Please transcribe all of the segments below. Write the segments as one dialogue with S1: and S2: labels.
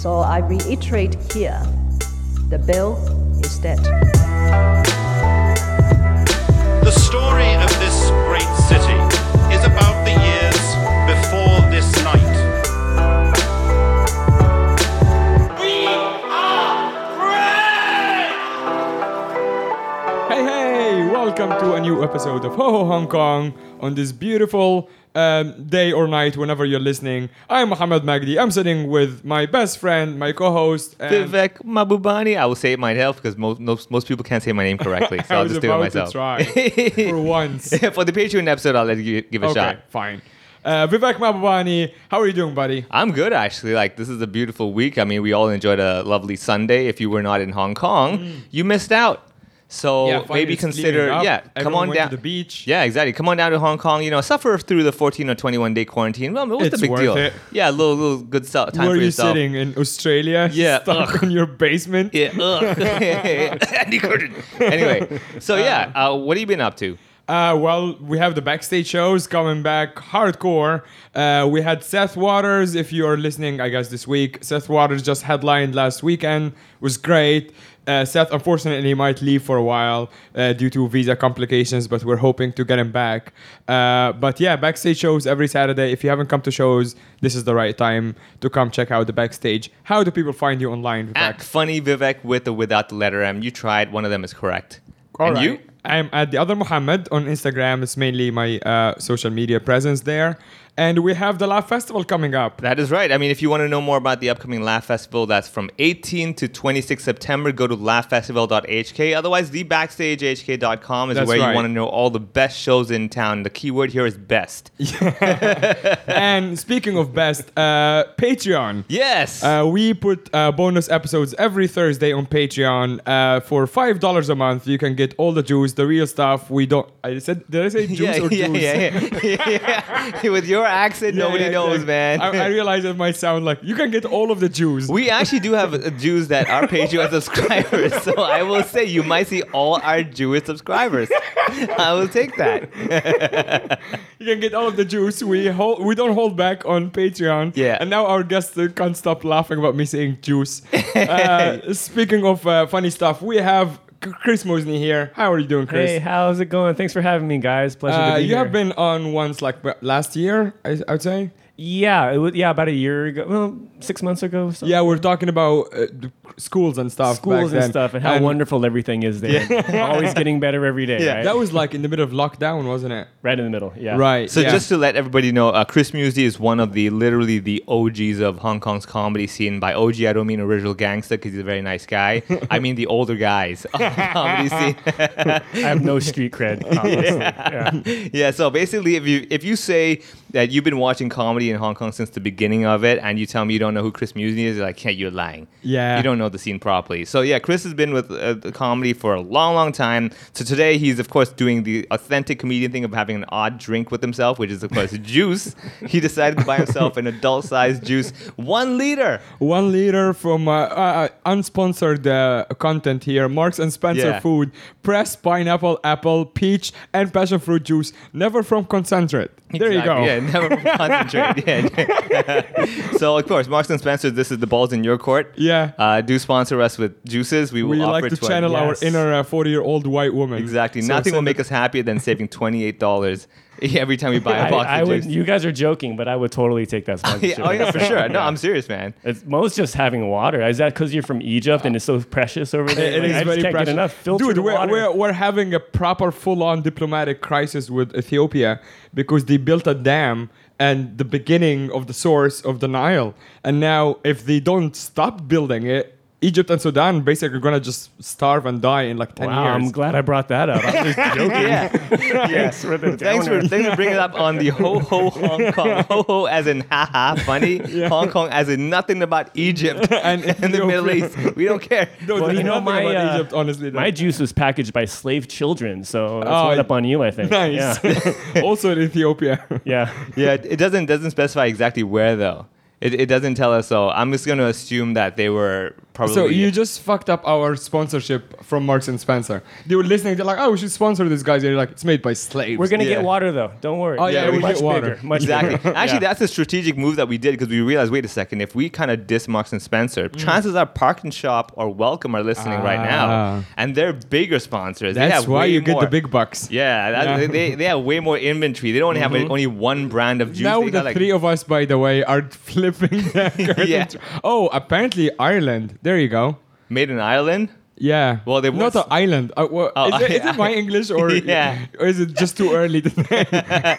S1: So I reiterate here the bill is dead.
S2: The story of this great city is about the years before this night.
S3: Hey, hey! Welcome to a new episode of Ho Ho Hong Kong on this beautiful um, day or night, whenever you're listening. I'm Mohammed Magdi. I'm sitting with my best friend, my co host, and
S4: Vivek Mabubani. I will say it myself because most, most most people can't say my name correctly, so
S3: I
S4: I'll
S3: was
S4: just do it
S3: about
S4: myself.
S3: to try for once.
S4: For the Patreon episode, I'll let you give it a
S3: Okay,
S4: shot.
S3: fine. Uh, Vivek Mabubani, how are you doing, buddy?
S4: I'm good actually. Like this is a beautiful week. I mean, we all enjoyed a lovely Sunday. If you were not in Hong Kong, you missed out. So
S3: Mm. Yeah, fine,
S4: maybe
S3: it's
S4: consider
S3: clearing up.
S4: yeah, come
S3: Everyone
S4: on
S3: went to
S4: down
S3: the beach.
S4: Yeah, exactly. Come on down to Hong Kong. You know, suffer through the 14 or 21 day quarantine. Well, what's
S3: It's
S4: the big
S3: worth
S4: deal?
S3: it.
S4: Yeah, a little little good stuff. time
S3: Where are
S4: for
S3: you
S4: yourself.
S3: sitting? In Australia?
S4: Yeah,
S3: Stuck in your basement?
S4: Yeah. ugh. Andy Curtin. Anyway, so yeah, uh, what have you been up to?
S3: Uh, well, we have the backstage shows coming back hardcore. Uh, we had Seth Waters, if you are listening, I guess this week. Seth Waters just headlined last weekend, was great. Uh, Seth, unfortunately, might leave for a while uh, due to visa complications, but we're hoping to get him back. Uh, but yeah, backstage shows every Saturday. If you haven't come to shows, this is the right time to come check out the backstage. How do people find you online?
S4: At funny Vivek with or without the letter M. You tried. One of them is correct.
S3: All
S4: and
S3: right.
S4: you?
S3: I'm at the other Muhammad on Instagram. It's mainly my uh, social media presence there. And we have the Laugh Festival coming up.
S4: That is right. I mean, if you want to know more about the upcoming Laugh Festival, that's from 18 to 26 September. Go to laughfestival.hk. Otherwise, thebackstagehk.com is
S3: That's
S4: where
S3: right.
S4: you want to know all the best shows in town. The keyword here is best.
S3: and speaking of best, uh, Patreon.
S4: Yes.
S3: Uh, we put uh, bonus episodes every Thursday on Patreon. Uh, for five dollars a month, you can get all the juice, the real stuff. We don't. I said, did I say juice
S4: yeah,
S3: or
S4: yeah,
S3: juice?
S4: yeah, yeah, yeah. With your accent,
S3: Yeah,
S4: nobody
S3: yeah,
S4: knows,
S3: exactly.
S4: man.
S3: I, I realize it might sound like you can get all of the juice.
S4: We actually do have uh, Jews that are Patreon subscribers, so I will say you might see all our Jewish subscribers. I will take that.
S3: You can get all of the juice. We hold, we don't hold back on Patreon.
S4: Yeah.
S3: And now our guests uh, can't stop laughing about me saying juice. Uh, speaking of uh, funny stuff, we have C- Chris Mosney here. How are you doing, Chris?
S5: Hey, how's it going? Thanks for having me, guys. Pleasure
S3: Uh,
S5: to be
S3: you
S5: here.
S3: have been on once, like b- last year, I, I would say.
S5: yeah, it was, yeah, about a year ago, well, six months ago. Or something.
S3: Yeah, we're talking about uh, the schools and stuff. back
S5: schools and
S3: then.
S5: stuff, and how wonderful everything is there. Always getting better every day.
S4: Yeah.
S5: right?
S3: That was like in the middle of lockdown, wasn't it?
S5: right in the middle. Yeah,
S3: Right.
S4: So
S3: yeah.
S4: just to let everybody know, uh, Chris Musey is one of the literally the OGs of Hong Kong's comedy scene. By OG, I don't mean original gangster because he's a very nice guy. I mean the older guys of the comedy scene.
S5: I have no street cred. Honestly. yeah.
S4: yeah. So basically, if you if you say that you've been watching comedy in Hong Kong since the beginning of it, and you tell me you don't know who Chris Musney is, you're like, yeah, you're lying.
S3: Yeah.
S4: You don't know the scene properly. So yeah, Chris has been with uh, the comedy for a long, long time. So today he's of course doing the authentic comedian thing of having an odd drink with himself, which is of course juice. He decided to buy himself an adult-sized juice, one liter.
S3: One liter from uh, uh, unsponsored uh, content here. Marks and Spencer
S4: Yeah.
S3: food, pressed pineapple, apple, peach, and passion fruit juice. Never from concentrate. There you go.
S4: Exactly. Yeah, never concentrate. Yeah. so of course, Marks and Spencer, this is the balls in your court.
S3: Yeah.
S4: Uh, do sponsor us with juices. We will
S3: we
S4: offer
S3: like to
S4: twen-
S3: channel
S5: Yes.
S3: our inner uh, forty-year-old white woman.
S4: Exactly.
S3: So
S4: Nothing will
S3: send
S4: make
S3: it-
S4: us happier than saving twenty eight dollars every time we buy
S5: I,
S4: a box
S5: I
S4: of
S5: would.
S4: juice.
S5: You guys are joking, but I would totally take that sponsorship.
S4: Yeah, oh yeah, for sure. No, I'm serious, man.
S5: It's most just having water. Is that because you're from Egypt and it's so precious over there?
S3: It
S5: Like,
S3: is
S5: I just
S3: very
S5: can't
S3: precious.
S5: get enough filtered
S3: Dude, we're,
S5: water.
S3: we're, we're having a proper full-on diplomatic crisis with Ethiopia because they built a dam and the beginning of the source of the Nile. And now, if they don't stop building it, Egypt and Sudan basically are gonna just starve and die in like ten years.
S5: wow, I'm glad I brought that up. I'm just joking. Thanks for the
S4: Thanks for,
S5: downer.
S4: thanks for bringing it up on the ho ho Hong Kong. Ho ho as in haha funny. Hong Kong as in nothing about Egypt
S3: And
S4: and, the Middle East. We don't care.
S3: Dude,
S5: Well,
S3: there's
S5: you know,
S3: nothing
S5: my,
S3: about
S5: uh,
S3: Egypt, honestly.
S5: My
S3: though.
S5: juice was packaged by slave children, so that's
S3: Oh,
S5: one up on you, I think.
S3: nice.
S5: Yeah.
S3: also in Ethiopia.
S5: yeah.
S4: Yeah, it it doesn't doesn't specify exactly where though. It, it doesn't tell us so. I'm just going to assume that they were probably.
S3: So you just fucked up our sponsorship from Marks and Spencer. They were listening. They're like, "Oh, we should sponsor these guys." They're like, "It's made by slaves."
S5: We're gonna
S4: Yeah.
S5: get water though. Don't worry.
S3: Oh, yeah,
S4: we
S5: much
S3: get water.
S5: bigger. Much
S4: Exactly.
S5: bigger.
S4: Actually,
S5: Yeah.
S4: that's a strategic move that we did because we realized, wait a second, if we kind of diss Marks and Spencer,
S3: Mm.
S4: chances are Park and Shop or Welcome are listening right
S3: Ah.
S4: now, and they're bigger sponsors. They
S3: That's
S4: have
S3: why
S4: way
S3: you get
S4: more-
S3: the big bucks.
S4: Yeah, that,
S3: Yeah. Mm-hmm.
S4: They, they have way more inventory. They don't have a- only one brand of juice.
S3: Now
S4: they
S3: the
S4: got, like,
S3: three of us, by the way, are flipping. the
S4: Yeah.
S3: curtain. Oh, apparently Ireland. There you go.
S4: made in Ireland.
S3: Yeah.
S4: Well, they
S3: not
S4: was-
S3: an island. Uh, well,
S4: Oh,
S3: is, it, is it my English or
S4: Yeah.
S3: or is it just too early? To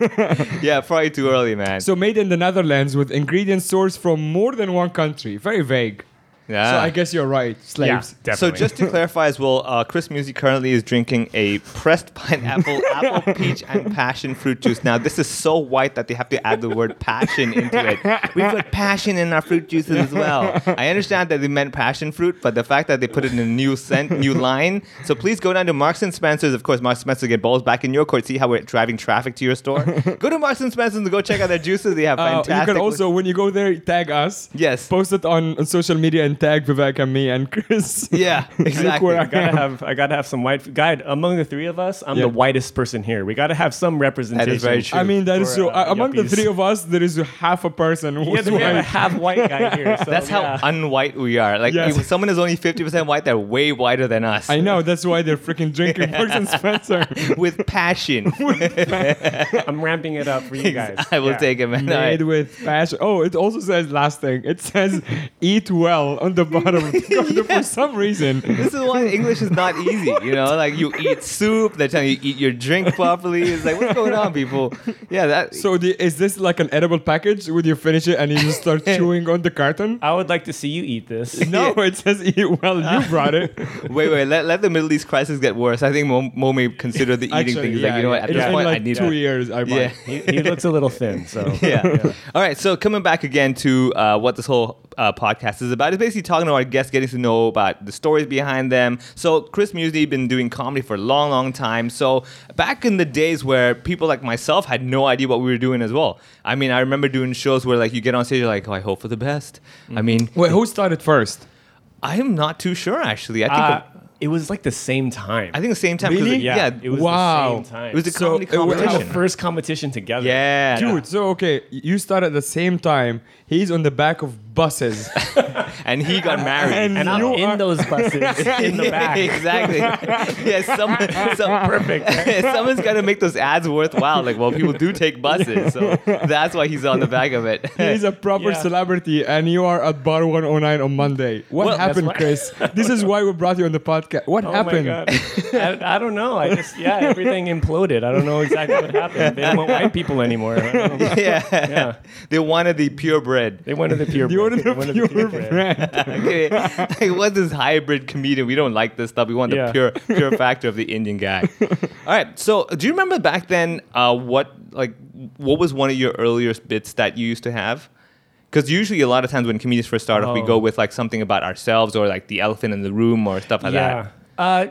S4: Yeah, probably too early, man.
S3: so made in the Netherlands with ingredients sourced from more than one country. Very vague.
S4: yeah.
S3: So I guess you're right.
S5: Yeah,
S3: Slaves.
S5: definitely.
S4: So just to clarify as well, uh, Chris Musi currently is drinking a pressed pineapple, apple, peach, and passion fruit juice. Now this is so white that they have to add the word passion into it. We put passion in our fruit juices as well. I understand that they meant passion fruit, but the fact that they put it in a new scent, new line. So please go down to Marks and Spencer's. Of course, Marks and Spencer get balls back in your court. See how we're driving traffic to your store. Go to Marks and Spencer's and go check out their juices. They have
S3: Uh,
S4: fantastic.
S3: you can also, when you go there, tag us.
S4: Yes.
S3: Post it on, on social media and tag Vivek and me and Chris.
S4: yeah, exactly.
S3: where I-
S5: gotta have I gotta have some white guy among the three of us. I'm
S3: Yeah.
S5: the whitest person here. We gotta have some representation.
S4: very true.
S3: I mean, that is
S5: For,
S3: so.
S5: uh,
S3: uh, among the
S5: yuppies.
S3: three of us, there is a half a person who's
S5: Yeah, then we have a
S3: white.
S5: half white guy here. So,
S4: That's how
S5: yeah.
S4: unwhite we are. Like
S3: Yes.
S4: if someone is only fifty percent white, they're way whiter than us.
S3: I know. That's why they're freaking drinking Marks and Spencer.
S4: With passion,
S5: I'm ramping it up for you guys.
S4: I will
S5: Yeah.
S4: take it, man. All right.
S3: Made with passion. Oh, it also says last thing. It says eat well on the bottom. of the- For some reason,
S4: This is why English is not easy. You know, like you eat soup. They're telling you eat your drink properly. It's like what's going on, people? Yeah, that.
S3: So the, is this like an edible package? Would you finish it and you just start chewing on the carton?
S5: I would like to see you eat this. Uh,
S3: No, it says eat well. You brought it.
S4: wait, wait. Let, let the Middle East crisis get worse. I think Mo, Mo may consider the eating
S3: Actually,
S4: thing. He's
S3: yeah,
S4: like, you know what?
S3: yeah.
S4: At
S3: In-
S4: this
S3: in
S4: point,
S3: like
S4: I need
S3: two
S4: to.
S3: years. I might.
S4: Yeah.
S5: He, he looks a little thin, so
S4: yeah. All right. So coming back again to uh, what this whole uh, podcast is about is basically talking to our guests, getting to know about the stories behind them. So Chris Musey been doing comedy for a long, long time. So back in the days where people like myself had no idea what we were doing as well. I mean, I remember doing shows where like you get on stage, you're like, oh, I hope for the best. I mean,
S3: Wait, who started first?
S4: I am not too sure actually. I think
S5: Uh, it was like the same time.
S4: I think the same time. 'cause,
S3: Really?
S4: like,
S5: yeah,
S4: Yeah.
S5: it was
S3: Wow.
S5: the same time.
S4: it was a
S3: So
S4: comedy
S3: it was-
S5: we were in
S4: competition.
S5: the first competition together.
S4: yeah,
S3: Dude, so okay, you start at the same time. He's on the back of buses.
S4: and he got married.
S5: and I'm
S3: you
S5: in
S3: are-
S5: those buses in the back.
S4: exactly. yeah, someone, some, perfect. someone's got to make those ads worthwhile. Like, well, people do take buses, so that's why he's on the back of it.
S3: He's a proper
S5: Yeah.
S3: celebrity, and you are at Bar 109 on Monday. What
S5: Well, that's
S3: happened,
S5: why-
S3: Chris? this is why we brought you on the podcast. What
S5: Oh
S3: happened?
S5: my god! I, I don't know. I just yeah, everything imploded. I don't know exactly what happened. They don't want white people anymore. I don't know.
S4: yeah.
S5: Yeah,
S4: they wanted the purebred.
S5: they went to the pure.
S3: You ordered
S5: They
S3: a
S5: went to
S3: pure
S5: purebred.
S3: brand.
S4: Okay, like, what's this hybrid comedian? We don't like this stuff. We want
S5: Yeah.
S4: the pure, pure factor of the Indian guy. All right. So, do you remember back then? Uh, what like what was one of your earliest bits that you used to have? Because usually, a lot of times when comedians first start off, we
S5: Oh.
S4: go with like something about ourselves or like the elephant in the room or stuff like that.
S5: Yeah. Uh,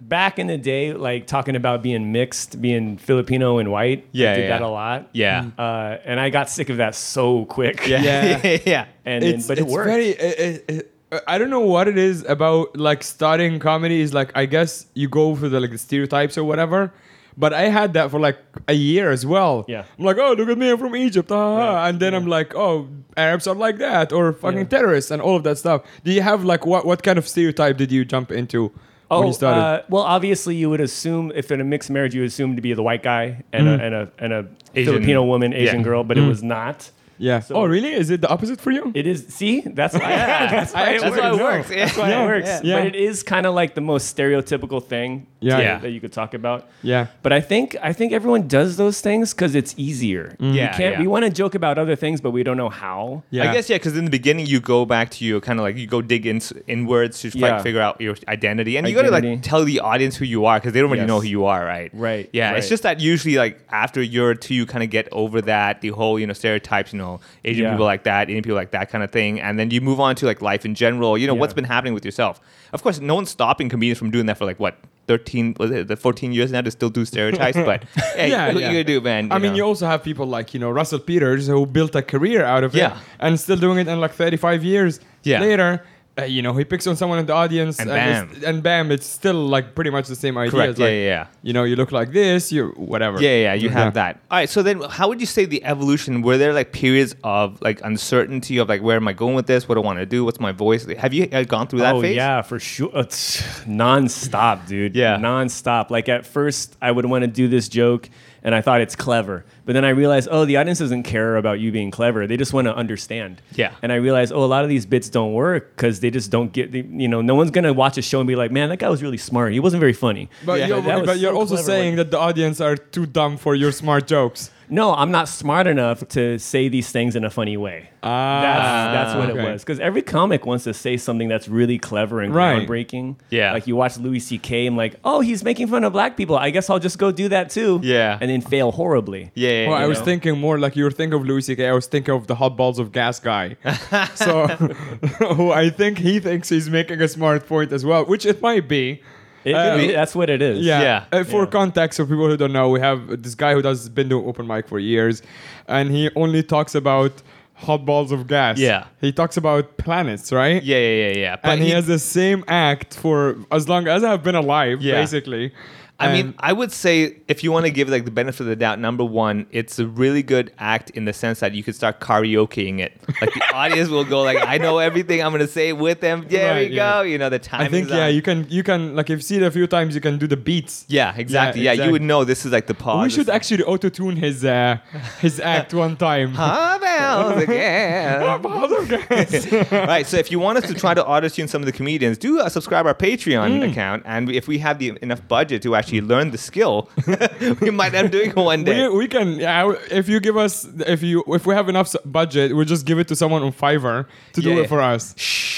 S5: back in the day, like talking about being mixed, being Filipino and white.
S4: Yeah,
S5: I did
S4: yeah,
S5: that
S4: yeah.
S5: a lot.
S4: Yeah.
S5: Uh, and I got sick of that so quick.
S4: Yeah.
S3: Yeah.
S4: yeah.
S5: And then, but it worked.
S3: Very, it- it- it- I don't know what it is about like starting comedy is like I guess you go for the like the stereotypes or whatever. But I had that for like a year as well.
S5: Yeah.
S3: I'm like, oh, look at me, I'm from Egypt. ah, ah, ah." And then I'm like, oh, Arabs are like that, or fucking
S5: Yeah.
S3: terrorists, and all of that stuff. Do you have like what what kind of stereotype did you jump into when you started?
S5: Uh, well, obviously, you would assume if in a mixed marriage, you would assume to be the white guy and a and a and a
S4: Asian-
S5: Filipino woman, Asian
S4: yeah.
S5: girl, but it was not.
S3: yeah.
S5: so-
S3: oh, really? Is it the opposite for you?
S5: It is. See, that's why. That's why
S3: I
S5: it
S4: That's why it
S3: actually
S5: works.
S3: No.
S4: works. Yeah.
S5: That's why it works.
S3: Yeah.
S5: But it is kind of like the most stereotypical thing.
S3: Yeah.
S5: that-
S4: Yeah.
S5: That you could talk about.
S3: Yeah.
S5: But I think I think everyone does those things because it's easier.
S4: Mm. Yeah,
S5: We can't.
S4: yeah.
S5: We want to joke about other things, but we don't know how.
S3: Yeah.
S4: I guess yeah, because in the beginning you go back to your kind of like you go dig in inwards to
S5: Yeah.
S4: like figure out your identity, and you got to like
S5: Identity.
S4: tell the audience who you are because they don't really
S5: Yes.
S4: know who you are, right?
S5: Right,
S4: Yeah,
S5: right.
S4: it's just that usually like after a year or two, you kind of get over that the whole you know stereotypes, you know, Asian
S5: Yeah.
S4: people like that, Indian people like that kind of thing, and then you move on to like life in general. You know
S5: Yeah.
S4: what's been happening with yourself. Of course, no one's stopping comedians from doing that for like what. 13 was it the 14 years now to still do stereotypes but hey,
S3: Yeah,
S4: what
S3: yeah.
S4: you gonna do man
S3: I mean,
S4: know?
S3: you also have people like you know Russell Peters who built a career out of
S4: Yeah.
S3: it and still doing it in like 35 years
S4: Yeah.
S3: later. uh, you know, he picks on someone in the audience,
S4: And
S3: it's- and bam, it's still like pretty much the same idea.
S4: Correct,
S3: It's like,
S4: yeah, yeah, yeah.
S3: You know, you look like this, you whatever.
S4: Yeah, yeah, you have
S3: Yeah.
S4: that. All right, so then how would you say the evolution? Were there like periods of like uncertainty of like where am I going with this? What do I want to do? What's my voice? Have you uh, gone through that
S5: oh,
S4: phase?
S5: yeah, for sure. It's nonstop, dude.
S4: Yeah.
S5: Nonstop. Like at first, I would want to do this joke and I thought it's clever. But then I realized, oh, the audience doesn't care about you being clever. They just want to understand.
S4: Yeah.
S5: And I realized, oh, a lot of these bits don't work because they just don't get, the, you know, no one's going to watch a show and be like, man, that guy was really smart. He wasn't very funny.
S3: But
S4: Yeah.
S3: you're,
S5: That was
S3: but you're
S5: so
S3: also
S5: clever,
S3: saying
S5: like-
S3: that the audience are too dumb for your smart jokes.
S5: no, I'm not smart enough to say these things in a funny way.
S3: Ah,
S5: That's, that's what
S3: okay.
S5: it was. Because every comic wants to say something that's really clever and
S3: Right.
S5: groundbreaking.
S4: Yeah.
S5: Like you watch Louis C.K. and like, oh, he's making fun of black people. I guess I'll just go do that too.
S4: Yeah.
S5: And then fail horribly.
S4: Yeah, yeah,
S3: Well,
S4: yeah.
S3: I was
S5: know.
S3: thinking more like you were thinking of Louis C.K. I was thinking of the hot balls of gas guy. so, who I think he thinks he's making a smart point as well, which it might be.
S5: It-
S3: Uh,
S5: it- that's what it is.
S3: Yeah.
S4: Yeah.
S3: Uh, for
S5: Yeah.
S3: context, for people who don't know, we have this guy who does been doing open mic for years, and he only talks about hot balls of gas.
S4: Yeah.
S3: He talks about planets, right?
S4: yeah, yeah, yeah, yeah. But
S3: and he, has the same act for as long as I've been alive,
S4: Yeah.
S3: basically.
S4: I mean,
S3: And-
S4: I would say if you want to give like the benefit of the doubt, number one, it's a really good act in the sense that you could start karaokeing it. Like the audience will go like, "I know everything. I'm gonna say it with them." There
S3: Right,
S4: we
S3: yeah.
S4: go. You know, the time.
S3: I think
S4: is
S3: yeah,
S4: on.
S3: you can you can like if you see it a few times, you can do the beats.
S4: Yeah, exactly. Yeah, you
S3: exactly.
S4: would know this is like the pause.
S3: we should actually auto-tune his uh, his act one time.
S4: Ah, bells again.
S3: Balls of gas.
S4: All right, so if you want us to try to auto-tune some of the comedians, do uh, subscribe our Patreon
S3: Mm.
S4: account, and if we have the enough budget to actually learn the skill, we might end up doing it one day.
S3: we, we can yeah, if you give us if you if we have enough s- budget, we'll just give it to someone on Fiverr to do
S4: Yeah.
S3: it for us.
S4: Shh!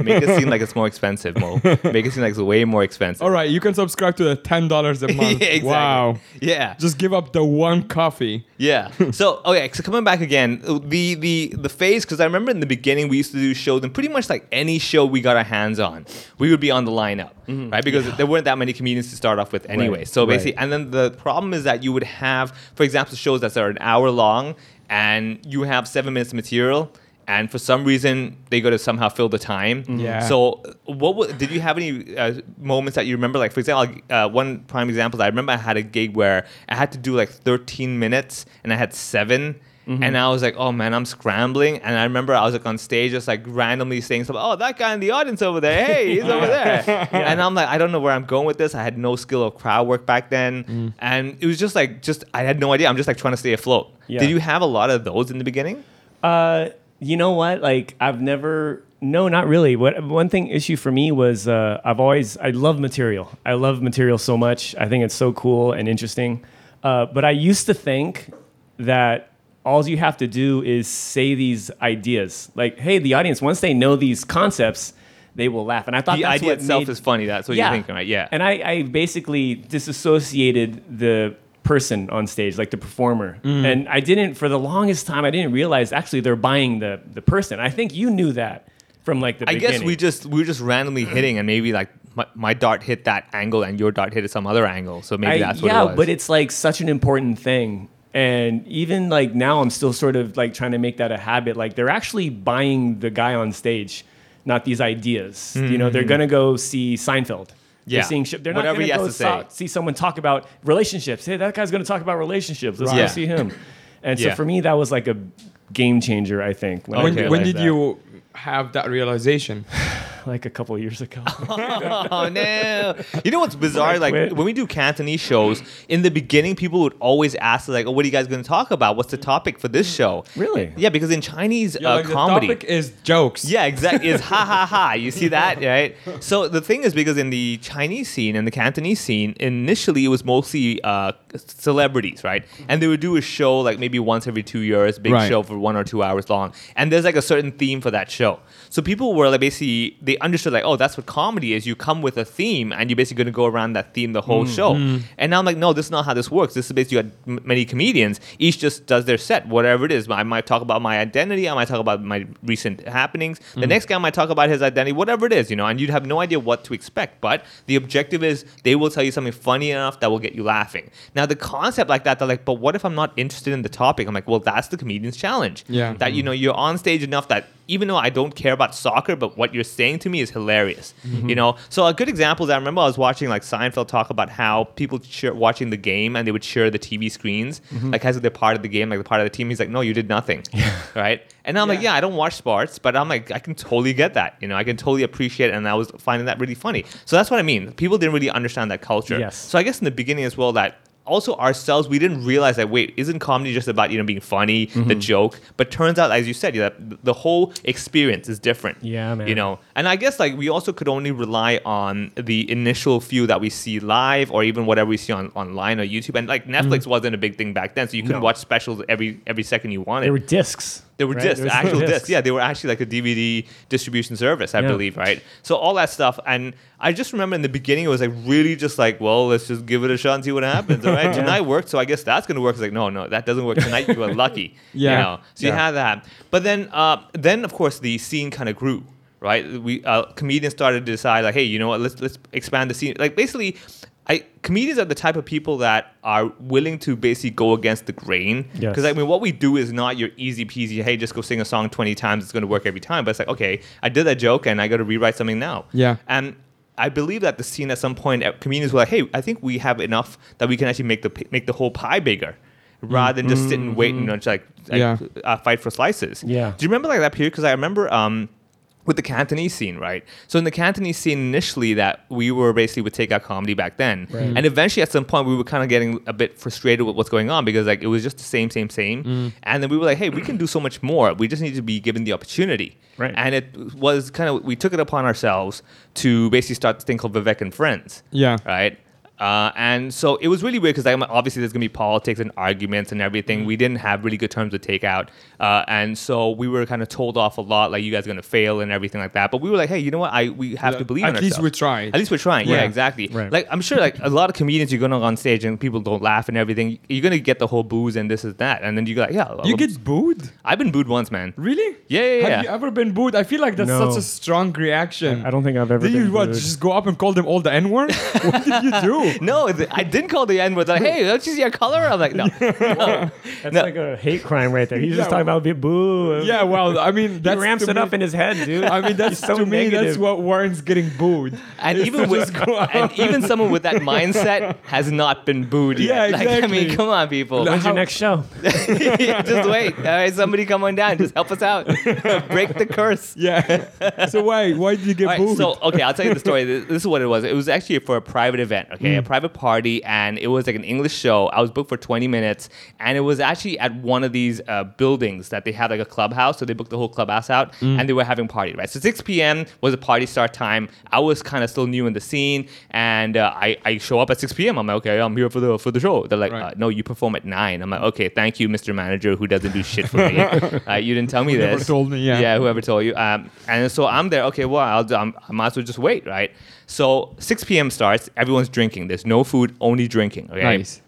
S4: Make it seem like it's more expensive, Mo. Make it seem like it's way more expensive.
S3: All right, you can subscribe to the ten dollars a
S4: Yeah,
S3: month.
S4: exactly.
S3: Wow,
S4: Yeah.
S3: just give up the one coffee.
S4: Yeah. So okay, so coming back again, the the the phase because I remember in the beginning we used to do shows and pretty much like any show we got our hands on, we would be on the lineup, right? Because there weren't that many comedians to start off with anyway. So basically, and then the problem is that you would have, for example, shows that are an hour long, and you have seven minutes of material. And for some reason, they got to somehow fill the time.
S3: Yeah.
S4: So, what wa- did you have any uh, moments that you remember? Like, for example, like, uh, one prime example is I remember I had a gig where I had to do like 13 minutes and I had 7
S5: Mm-hmm.
S4: And I was like, oh man, I'm scrambling. And I remember I was like on stage, just like randomly saying something. Oh, that guy in the audience over there. Hey, he's over there. And I'm like, I don't know where I'm going with this. I had no skill of crowd work back then.
S5: Mm.
S4: And it was just like, just, I had no idea. I'm just like trying to stay afloat.
S5: Yeah.
S4: Did you have a lot of those in the beginning?
S5: Uh, you know what? Like I've never. No, not really. What one thing issue for me was uh, I've always I love material. I love material so much. I think it's so cool and interesting. Uh, but I used to think that all you have to do is say these ideas. Like, hey, the audience once they know these concepts, they will laugh. And I thought
S4: The
S5: that's
S4: idea
S5: what
S4: itself
S5: made-
S4: is funny. That's what you're thinking, right? Yeah.
S5: and I, I basically disassociated the person on stage, like the performer.
S4: Mm-hmm.
S5: And I didn't, for the longest time, I didn't realize actually they're buying the, the person. I think you knew that from like the
S4: I
S5: beginning.
S4: guess we just we were just randomly
S3: Mm-hmm.
S4: hitting, and maybe like my, my dart hit that angle, and your dart hit at some other angle. So maybe
S5: I-
S4: that's what
S5: yeah,
S4: it was.
S5: but it's like such an important thing. And even like now, I'm still sort of like trying to make that a habit. Like they're actually buying the guy on stage, not these ideas. You know, they're gonna go see Seinfeld.
S4: Hmm. Yeah.
S5: They're seeing shit. They're
S4: Whatever
S5: not
S4: he
S5: gonna
S4: has
S5: go
S4: to
S5: so-
S4: say.
S5: see someone talk about relationships. Hey, that guy's gonna talk about relationships. Let's
S4: Right.
S5: go see him. And
S4: Yeah.
S5: so for me, that was like a game changer. I think when I
S3: When,
S4: Okay.
S3: when
S4: Like
S3: did
S4: that. Uh,
S3: you have that realization?
S5: like a couple years ago.
S4: oh no! You know what's bizarre? Like
S5: quit.
S4: when we do Cantonese shows, in the beginning, people would always ask like, "Oh, what are you guys going to talk about? What's the topic for
S5: Mm.
S4: this show?"
S5: Really?
S4: Yeah, because in Chinese
S3: Yeah,
S4: uh,
S3: like,
S4: comedy,
S3: The topic is jokes.
S4: Yeah, exactly. It's ha ha ha. You see that, right? So the thing is, because in the Chinese scene and the Cantonese scene, initially it was mostly uh, celebrities, right? And they would do a show like maybe once every two years, big
S3: Right.
S4: show for one or two hours long. And there's like a certain theme for that show. So people were like basically they understood like, oh, that's what comedy is. You come with a theme, and you're basically going to go around that theme the whole show. And now I'm like, no, this is not how this works. This is basically you had m- many comedians. Each just does their set, whatever it is. I might talk about my identity. I might talk about my recent happenings. The next guy might talk about his identity, whatever it is, you know. And you'd have no idea what to expect. But the objective is they will tell you something funny enough that will get you laughing. Now the concept like that, they're like, but what if I'm not interested in the topic? I'm like, well, that's the comedian's challenge.
S3: Yeah.
S4: That you know you're on stage enough that even though I don't care about soccer, but what you're saying to me is hilarious. You know. So a good example is I remember I was watching like Seinfeld talk about how people cheer watching the game and they would share the TV screens like as if they're part of the game, like the part of the team. He's like, no, you did nothing, right? And I'm like, yeah, I don't watch sports, but I'm like, I can totally get that. You know, I can totally appreciate, it, and I was finding that really funny. So that's what I mean. People didn't really understand that culture.
S5: Yes.
S4: So I guess in the beginning as well that also ourselves we didn't realize that wait isn't comedy just about you know being funny
S5: Mm-hmm.
S4: the joke but turns out as you said yeah, that the whole experience is different
S5: Yeah, man.
S4: you know and i guess like we also could only rely on the initial few that we see live or even whatever we see on online or youtube and like netflix
S5: Mm.
S4: wasn't a big thing back then so you couldn't watch specials every every second you wanted
S5: There were discs.
S4: they were
S5: right?
S4: discs,
S5: There was
S4: actual discs. Yeah, they were actually like a DVD distribution service, I
S5: Yeah.
S4: believe, right? So all that stuff, and I just remember in the beginning it was like really just like, well, let's just give it a shot and see what happens. All right, tonight worked, so I guess that's gonna work. It's like, no, no, that doesn't work tonight. You were lucky,
S3: Yeah.
S4: You know? So you
S3: Yeah.
S4: had that, but then, uh, then of course the scene kind of grew. Right, we uh, comedians started to decide like, hey, you know what? Let's let's expand the scene. Like basically, I comedians are the type of people that are willing to basically go against the grain.
S5: Yes.
S4: Because I mean, what we do is not your easy peasy. Hey, just go sing a song twenty times; it's going to work every time. But it's like, okay, I did that joke, and I got to rewrite something now.
S3: Yeah.
S4: And I believe that the scene at some point, uh, comedians were like, hey, I think we have enough that we can actually make the pi- make the whole pie bigger, rather than just sit and wait and uh, just, like, like,
S3: Mm. Mm-hmm. Yeah.
S4: uh, fight for slices.
S5: Yeah.
S4: Do you remember like that period? Because I remember um, with the Cantonese scene, right? So in the Cantonese scene initially, that we were basically would take out comedy back then, and eventually at some point we were kind of getting a bit frustrated with what's going on because like it was just the same, same, same, and then we were like, hey, we can do so much more. We just need to be given the opportunity,
S5: Right.
S4: And it was kind of we took it upon ourselves to basically start this thing called Vivek and Friends,
S3: Yeah.
S4: right? Uh, and so it was really weird because obviously there's gonna be politics and arguments and
S3: Mm.
S4: everything. We didn't have really good terms to take out, uh, and so we were kind of told off a lot, like you guys are gonna fail and everything like that. But we were like, hey, you know what? I we have
S3: Yeah,
S4: to believe
S3: at
S4: in
S3: least
S4: ourselves.
S3: we tried.
S4: At least we're trying. Yeah,
S3: Yeah.
S4: exactly.
S5: Right.
S4: Like I'm sure, like a lot of comedians, you're gonna go on stage and people don't laugh and everything. You're gonna get the whole booze and this is that, and then you go like, yeah,
S3: You
S4: I'm-
S3: get booed?
S4: I've been booed once, man.
S3: Really?
S4: Yeah, yeah, yeah.
S3: Have you ever been booed? I feel like that's
S5: No.
S3: such a strong reaction.
S5: I don't think I've ever
S3: Did you
S5: been
S3: what?
S5: booed.
S3: Just go up and call them all the N word? what did you do?
S4: No, it's- I didn't call the end word. Like, hey, don't you see your color? I'm like, no.
S5: That's
S4: No.
S5: like a hate crime right there. He's
S3: Yeah.
S5: just talking about boo. uh,
S3: Yeah, well, I mean,
S5: He
S3: that
S5: ramps it up in his head, dude.
S3: I mean, that's
S5: He's so
S3: to me. That's
S5: negative.
S3: what warrants getting booed.
S4: and even with and even someone with that mindset has not been booed
S3: Yeah,
S4: yet. Like, I
S3: exactly.
S4: mean, come on, people.
S5: When's
S3: How-
S5: your next show?
S4: just wait. All right, somebody come on down. Just help us out. Break the curse.
S3: Yeah. so why why did you get
S4: All right,
S3: booed?
S4: so okay, I'll tell you the story. This, this is what it was. It was actually for a private event, okay,
S3: Mm.
S4: a private party, and it was like an English show. I was booked for 20 minutes, and it was actually at one of these uh, buildings that they had like a clubhouse. So they booked the whole clubhouse out,
S3: Mm.
S4: and they were having party right. So 6 p.m. was a party start time. I was kind of still new in the scene, and uh, I I show up at 6 p.m. I'm like, okay, I'm here for the for the show. They're like,
S3: Right.
S4: uh, no, you perform at nine. I'm like, okay, thank you, Mr. Manager, who doesn't do shit for me. uh, you didn't tell me
S3: Whoever
S4: this.
S3: told me, yeah.
S4: Yeah, whoever told you. Um, and so I'm there. Okay, well, I'll, um, I might as well just wait, right? So 6 p.m. starts. Everyone's drinking. There's no food, only drinking. Okay?
S3: Nice.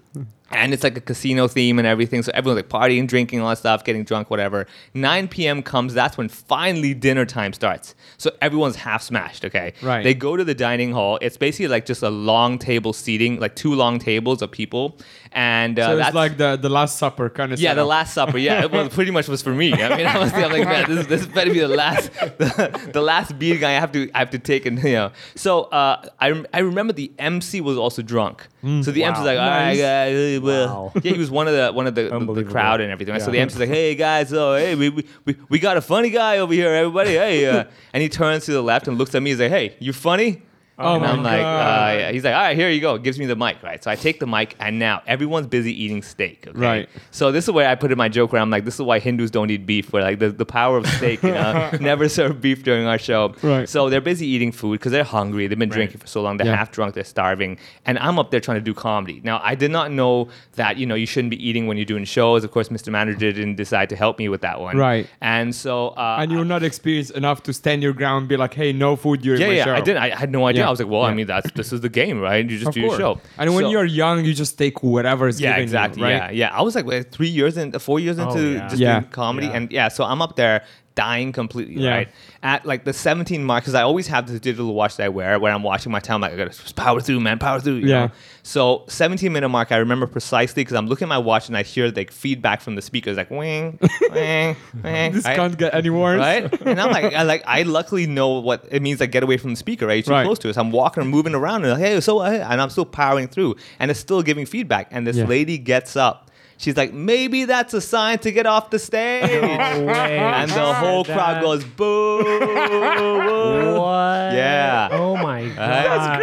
S4: And it's like a casino theme and everything. So everyone's like partying, drinking, all that stuff, getting drunk, whatever. 9 p.m. comes. That's when finally dinner time starts. So everyone's half smashed, okay?
S3: Right.
S4: They go to the dining hall. It's basically like just a long table seating, like two long tables of people. And uh,
S3: So
S4: that's
S3: it's like the the Last Supper kind of.
S4: yeah, the Last Supper. Yeah, it was, pretty much was for me. I mean, honestly, I'm like, man, this, this better be the last, the, last beating I have to, I have to take, and you know. So uh, I, rem- I remember the MC was also drunk. so the MC was like, all right,
S5: Nice.
S4: guys, uh, well.
S5: Wow.
S4: yeah, he was one of the one of the, the- the
S5: Unbelievable.
S4: crowd and everything. right? So the
S5: Yeah.
S4: MC's like, hey guys, oh hey, we we, we, we got a funny guy over here, everybody, hey, uh, and he turns to the left and looks at me. He's like, hey, you funny?
S3: Oh
S4: and
S3: my
S4: I'm like,
S3: God.
S4: uh, yeah. he's like, all right, here you go. Gives me the mic, right? So I take the mic, and now everyone's busy eating steak. Okay?
S3: Right.
S4: So this is where I put in my joke where I'm like, this is why Hindus don't eat beef. Where like the, the power of steak, you know, never serve beef during our show.
S3: Right.
S4: So they're busy eating food because they're hungry. They've been drinking for so long. They're
S3: Yeah.
S4: half drunk. They're starving. And I'm up there trying to do comedy. Now I did not know that you know you shouldn't be eating when you're doing shows. Of course, Mr. Manager didn't decide to help me with that one.
S3: Right.
S4: And so uh,
S3: And you're not experienced enough to stand your ground and be like, hey, no food during
S4: yeah,
S3: my
S4: yeah,
S3: show.
S4: I did. I had no idea.
S3: Yeah.
S4: I was like, well, I
S3: Yeah.
S4: mean, that's this is the game, right? You just
S3: Of
S4: do
S3: course.
S4: your show.
S3: And when
S4: So-
S3: you're young, you just take whatever is
S4: yeah,
S3: given
S4: exactly.
S3: you, right? Oh,
S4: Yeah, yeah. I was like wait, three years in, four years into
S5: yeah.
S4: just
S3: Yeah.
S4: doing comedy,
S5: Yeah.
S4: and yeah. So I'm up there dying completely,
S3: Yeah.
S4: right? At like the 17 mark, because I always have this digital watch that I wear when I'm watching my time, like, I gotta just power through, man, power through. you
S3: Yeah.
S4: know? So 17 minute mark, I remember precisely because I'm looking at my watch and I hear like feedback from the speakers, like, wing, wing, wing.
S3: This
S4: right?
S3: can't get any worse.
S4: Right? And I'm like, I like, I luckily know what it means. Like, get away from the speaker, right? You're too
S3: Right.
S4: close to it. So I'm walking and moving around, and like, hey, so what? and I'm still powering through, and it's still giving feedback. And this
S3: Yeah.
S4: lady gets up. She's like, maybe that's a sign to get off the stage.
S5: Oh
S4: and the whole crowd goes, boo. boo."
S5: What?
S4: Yeah.
S5: Oh my god.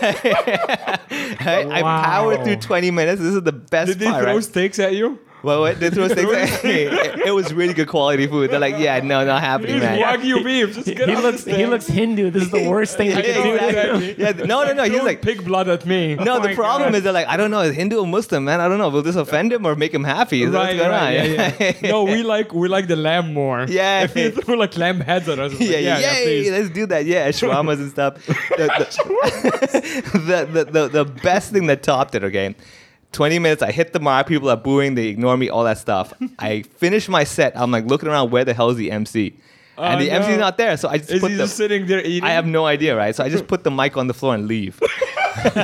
S4: That's I, I powered through
S5: Wow. 20
S4: 20 minutes. This is the best
S3: Did they
S4: part.
S3: throw
S4: right?
S3: sticks at you?
S4: Well, what they throw things at- it, it was really good quality food. They're like, yeah, no, not happening,
S3: Here's
S4: man.
S3: Wagyu beef. Just get
S5: He
S3: on
S5: looks
S3: the
S5: he
S3: stage.
S5: looks Hindu. This is the worst thing we
S4: Yeah,
S5: could do.
S4: exactly. Yeah, no, no, no. He's
S3: Don't
S4: like,
S3: pig blood at me. Oh
S4: no, the
S3: My
S4: problem
S3: God.
S4: is they're like, I don't know, is Hindu or Muslim, man? I don't know. Will this offend him or make him happy? Is that
S3: Right,
S4: what's going
S3: right,
S4: on?
S3: yeah, yeah. no, we like we like the lamb more.
S4: Yeah.
S3: if you threw like lamb heads at us, it's like,
S4: Yeah,
S3: yeah,
S4: yeah,
S3: yeah,
S4: yay,
S3: please.
S4: let's do that. Yeah, shawarmas and stuff. The, the, the, the, the best thing that topped it, okay? 20 minutes, I hit the mark, people are booing, they ignore me, all that stuff. I finish my set, I'm like looking around, where the hell is the MC? and
S3: Oh,
S4: the MC's
S3: no.
S4: not there, so I just
S3: Is
S4: put
S3: he
S4: the,
S3: just sitting there eating?
S4: I have no idea, right? So I just put the mic on the floor and leave.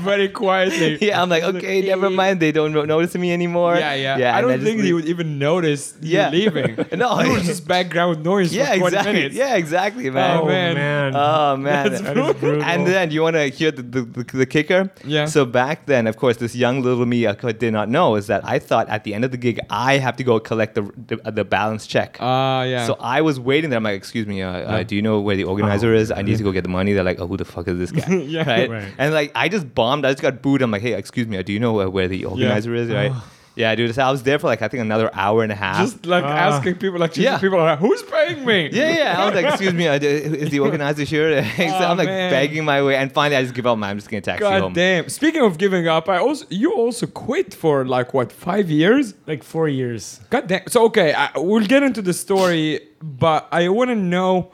S3: very quietly.
S4: yeah, I'm like, okay, never mind. They don't no- notice me anymore.
S3: Yeah, yeah.
S4: yeah
S3: I
S4: and
S3: don't
S4: just
S3: think they
S4: leave.
S3: would even notice you
S4: Yeah.
S3: leaving.
S4: No.
S3: it was just background noise
S4: Yeah,
S3: for 20
S4: exactly.
S3: minutes.
S4: Yeah, exactly, man.
S5: Oh man.
S4: Oh man,
S3: That's
S5: That is brutal.
S4: and then you want to hear the, the, the, the kicker?
S3: Yeah.
S4: So back then, of course, this young little me I could- did not know is that I thought at the end of the gig I have to go collect the the, the balance check.
S3: Ah, yeah.
S4: So uh, I was waiting there. I'm like, excuse me, uh, uh, do you know where the organizer is? I need to go get the money. They're like, oh, who the fuck is this guy?
S3: Oh, Yeah.
S4: right?
S5: Right.
S4: And like, I just bombed. I just got booed. I'm like, hey, excuse me, uh, do you know uh, where the organizer is? Right? yeah, dude. So I was there for like I think another hour and a half.
S3: Oh. just like asking people, like chasing
S4: uh, Yeah.
S3: people around, who's paying me?
S4: yeah, yeah. I was like, excuse me, uh, d- is the organizer here? so I'm like
S3: man.
S4: begging my way, and finally I just give up. Man, I'm just gonna taxi
S3: God
S4: home.
S3: damn. Speaking of giving up, I also you also quit for like what five years?
S5: Like four years.
S3: God damn. So okay, I, we'll get into the story, but I want to know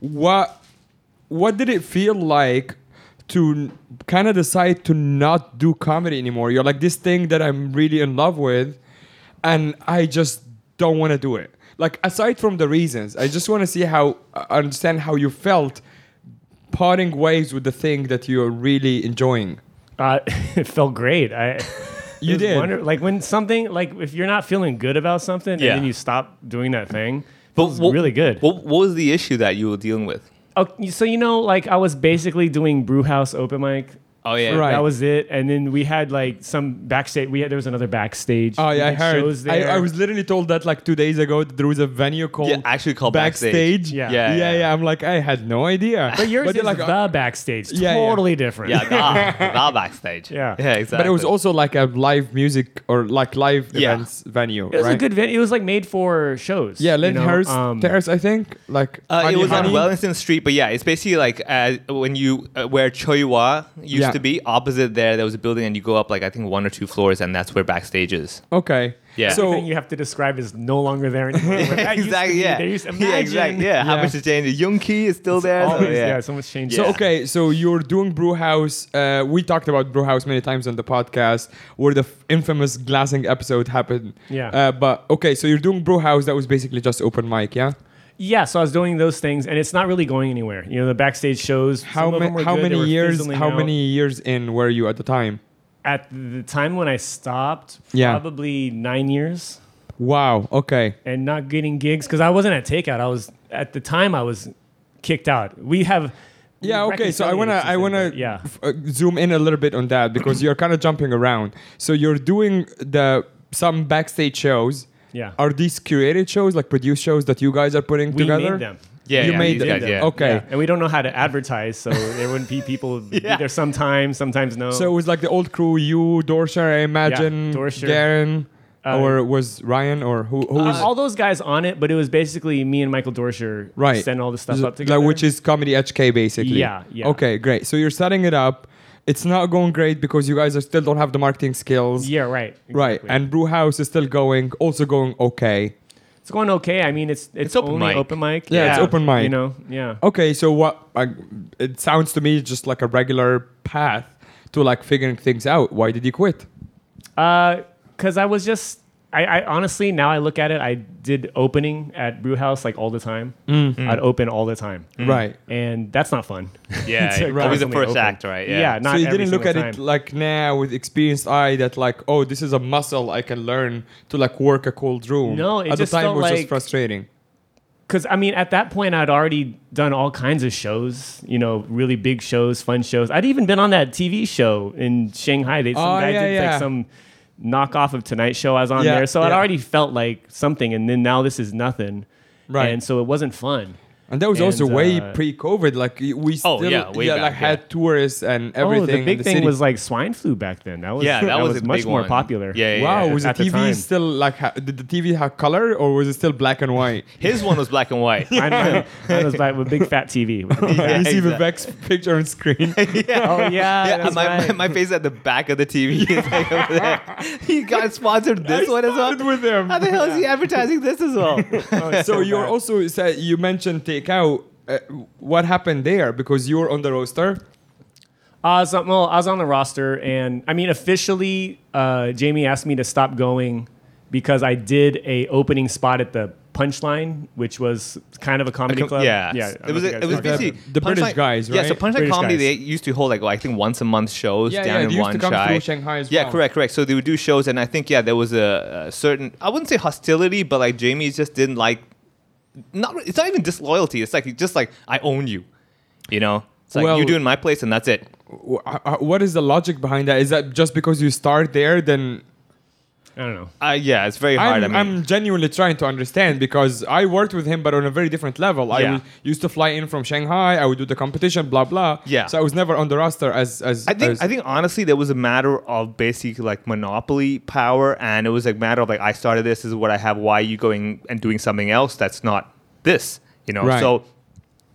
S3: what what did it feel like to kind of decide to not do comedy anymore? You're like this thing that I'm really in love with, and I just don't want to do it. Like aside from the reasons, I just want to see how uh, understand how you felt parting ways with the thing that you're really enjoying.
S5: Uh, it felt great. I
S3: You
S5: it was
S3: did.
S5: like when something like if you're not feeling good about something
S4: Yeah.
S5: and then you stop doing that thing.
S4: But
S5: it's
S4: what-
S5: really good.
S4: What, what was the issue that you were dealing with?
S5: Okay, so you know, like I was basically doing Brewhouse open mic.
S4: Oh yeah,
S3: Right.
S5: That was it, and then we had like some backstage. We had there was another backstage.
S3: Oh yeah, I
S5: We had
S3: heard.
S5: Shows
S3: I,
S5: there.
S3: I was literally told that like two days ago that there was a venue called
S4: Yeah, actually called
S3: backstage.
S4: Backstage.
S5: Yeah.
S3: Yeah,
S4: Yeah,
S3: yeah,
S4: yeah.
S3: I'm like, I had no idea.
S5: But yours
S3: you're
S5: is
S3: like,
S5: the
S3: uh,
S5: backstage.
S3: Yeah, yeah.
S5: totally different.
S4: Yeah, that, that backstage.
S5: Yeah.
S4: yeah, exactly.
S3: but it was also like a live music or like live
S4: Yeah.
S3: events venue,
S5: It was
S3: right?
S5: a good venue. It was like made for shows.
S3: yeah, Lynn
S5: you know,
S3: Hurst
S5: um,
S3: Terrace, I think. Like
S4: Uh, it
S3: Honey
S4: was
S3: Honey.
S4: on Wellington Street, but yeah, it's basically like uh, when you uh, where Choywa used
S3: Yeah.
S4: to be. Opposite there, there was a building, and you go up like I think one or two floors, and that's where backstage is.
S3: Okay.
S4: Yeah.
S5: everything
S3: So
S5: you have to describe is no longer there anymore. But that used to
S4: exactly.
S5: be-
S4: Yeah.
S5: there used to-
S4: yeah. Exactly.
S5: imagine.
S4: Yeah. How
S3: Yeah.
S4: much has changed? Young Key is still there. so
S5: Always, yeah.
S4: yeah.
S5: someone's changed.
S4: Yeah.
S5: it.
S3: okay, so you're doing Brewhouse. Uh, we talked about Brewhouse many times on the podcast, where the f- infamous glassing episode happened.
S5: Yeah.
S3: Uh, but okay, so you're doing Brewhouse. That was basically just open mic, yeah.
S5: Yeah, so I was doing those things, and it's not really going anywhere. You know, the backstage shows.
S3: How,
S5: some of
S3: ma-
S5: them were
S3: how
S5: good, they
S3: many
S5: were
S3: years?
S5: fizzling
S3: How
S5: out.
S3: many years in were you at the time?
S5: At the time when I stopped,
S3: Yeah.
S5: probably nine years,
S3: Wow. Okay.
S5: and not getting gigs because I wasn't at Takeout. I was at the time I was kicked out. We have.
S3: Yeah.
S5: we
S3: Okay. So I wanna I
S5: reconciliated
S3: wanna
S5: since then, but
S3: f- uh, zoom in a little bit on that because you're kind of jumping around. So you're doing the some backstage shows.
S5: Yeah.
S3: Are these curated shows like produced shows that you guys are putting
S5: yeah, we
S3: together?
S5: made them.
S4: Yeah,
S3: You
S4: yeah,
S3: made
S4: these
S3: them.
S4: guys, yeah.
S3: Okay.
S5: Yeah, and we don't know how to advertise, so there wouldn't be people be
S4: Yeah.
S5: there sometimes, sometimes no.
S3: So it was like the old crew, you, Dorsher, I imagine,
S5: Dorsher.
S3: Darren, or was Ryan, or who, who was
S5: Uh, all those guys on it, but it was basically me and Michael Dorsher
S3: right
S5: sending all the stuff
S3: Like,
S5: up together.
S3: which is comedy hk basically
S5: Yeah, yeah.
S3: okay great so you're setting it up it's not going great because you guys are still don't have the marketing skills
S5: yeah, right,
S3: right
S5: exactly.
S3: and brew house is still going also going okay
S5: it's going okay. I mean, it's it's,
S4: open
S5: only
S4: mic.
S5: open mic.
S3: Yeah, it's open mic.
S5: You know, yeah.
S3: okay so what I, it sounds to me just like a regular path to like figuring things out why did you quit
S5: Because Uh, I was just I, I honestly now I look at it. I did opening at brew house like all the time.
S3: Mm.
S5: I'd open all the time,
S3: Right.
S5: and that's not fun.
S4: Mm. Yeah,
S5: To
S4: always the
S5: constantly
S4: first
S5: open.
S4: act, right?
S5: Yeah, not
S3: so you
S5: every
S3: didn't look at
S5: single
S3: it
S5: time.
S3: like now with experienced eye that like oh this is a muscle I can learn to like work a cold room.
S5: No, it
S3: at
S5: just
S3: the time
S5: felt
S3: it was just
S5: like-
S3: frustrating.
S5: Because I mean, at that point, I'd already done all kinds of shows, you know, really big shows, fun shows. I'd even been on that TV show in Shanghai. They some
S3: Oh,
S5: guy
S3: yeah,
S5: did
S3: yeah.
S5: like some knockoff of Tonight Show. I was on
S3: Yeah,
S5: there, so I'd
S3: yeah.
S5: already felt like something, and then now this is nothing,
S3: Right.
S5: And so it wasn't fun.
S3: And that was also
S5: And,
S3: way
S5: uh,
S3: pre-COVID. Like y- we still
S4: Oh, yeah, way back,
S3: like had tourists and everything.
S5: oh, the
S3: in
S5: big
S3: the
S5: thing
S3: city.
S5: was like swine flu back then. That was
S4: Yeah, that was
S5: was
S4: the
S5: much
S4: big
S5: more
S4: one.
S5: popular.
S4: Yeah, yeah,
S3: wow.
S4: yeah.
S3: Was the
S5: at the
S3: TV
S5: time.
S3: still like ha- did the TV have color or was it still black and white?
S4: His one was black and white.
S5: Mine, mine, mine was like with big fat TV. with a big
S3: I
S5: fat-
S3: see
S4: exactly.
S3: Vivek's picture on screen.
S5: oh yeah,
S4: Yeah,
S5: that's
S4: my,
S5: right.
S4: my, my face at the back of the TV. Is like over there. He got sponsored this one as
S3: started
S4: well.
S3: with him.
S4: How the hell is he advertising this as well?
S3: so you're also said you mentioned takeout. Uh, what happened there? Because you were on the roster.
S5: I was, on, well, I was on the roster, and I mean officially, uh, Jamie asked me to stop going because I did a opening spot at the Punchline, which was kind of a comedy club.
S4: Yeah,
S5: yeah. I
S4: It was it
S5: don't think I
S4: was
S5: talked about
S4: basically
S5: that.
S3: The British
S4: Punchline-
S3: guys,
S4: Yeah, so
S3: right?
S4: Punchline
S5: British
S4: Comedy
S5: guys.
S4: they used to hold like I think once a month shows
S3: Yeah,
S4: down
S3: yeah,
S4: in
S3: they used to
S4: Wan
S3: come
S4: Chai.
S3: through Shanghai as
S4: yeah,
S3: well.
S4: correct, correct. So they would do shows, and I think yeah, there was a, a certain I wouldn't say hostility, but like Jamie just didn't like. Not re- it's not even disloyalty. It's like just like I own you, you know. It's like
S3: Well-
S4: you do in my place, and that's it.
S3: Wh- uh, uh, What is the logic behind that? Is that just because you start there, then
S5: I don't know.
S4: Uh, yeah, it's very hard.
S3: I'm,
S4: I mean,
S3: I'm genuinely trying to understand because I worked with him, but on a very different level. I
S4: Yeah.
S3: w- used to fly in from Shanghai. I would do the competition, blah blah.
S4: Yeah.
S3: So I was never on the roster as as.
S4: I think
S3: as-
S4: I think honestly there was a matter of basic like monopoly power and it was a matter of like I started this, this is what I have, why are you going and doing something else that's not this? You know?
S3: Right.
S4: So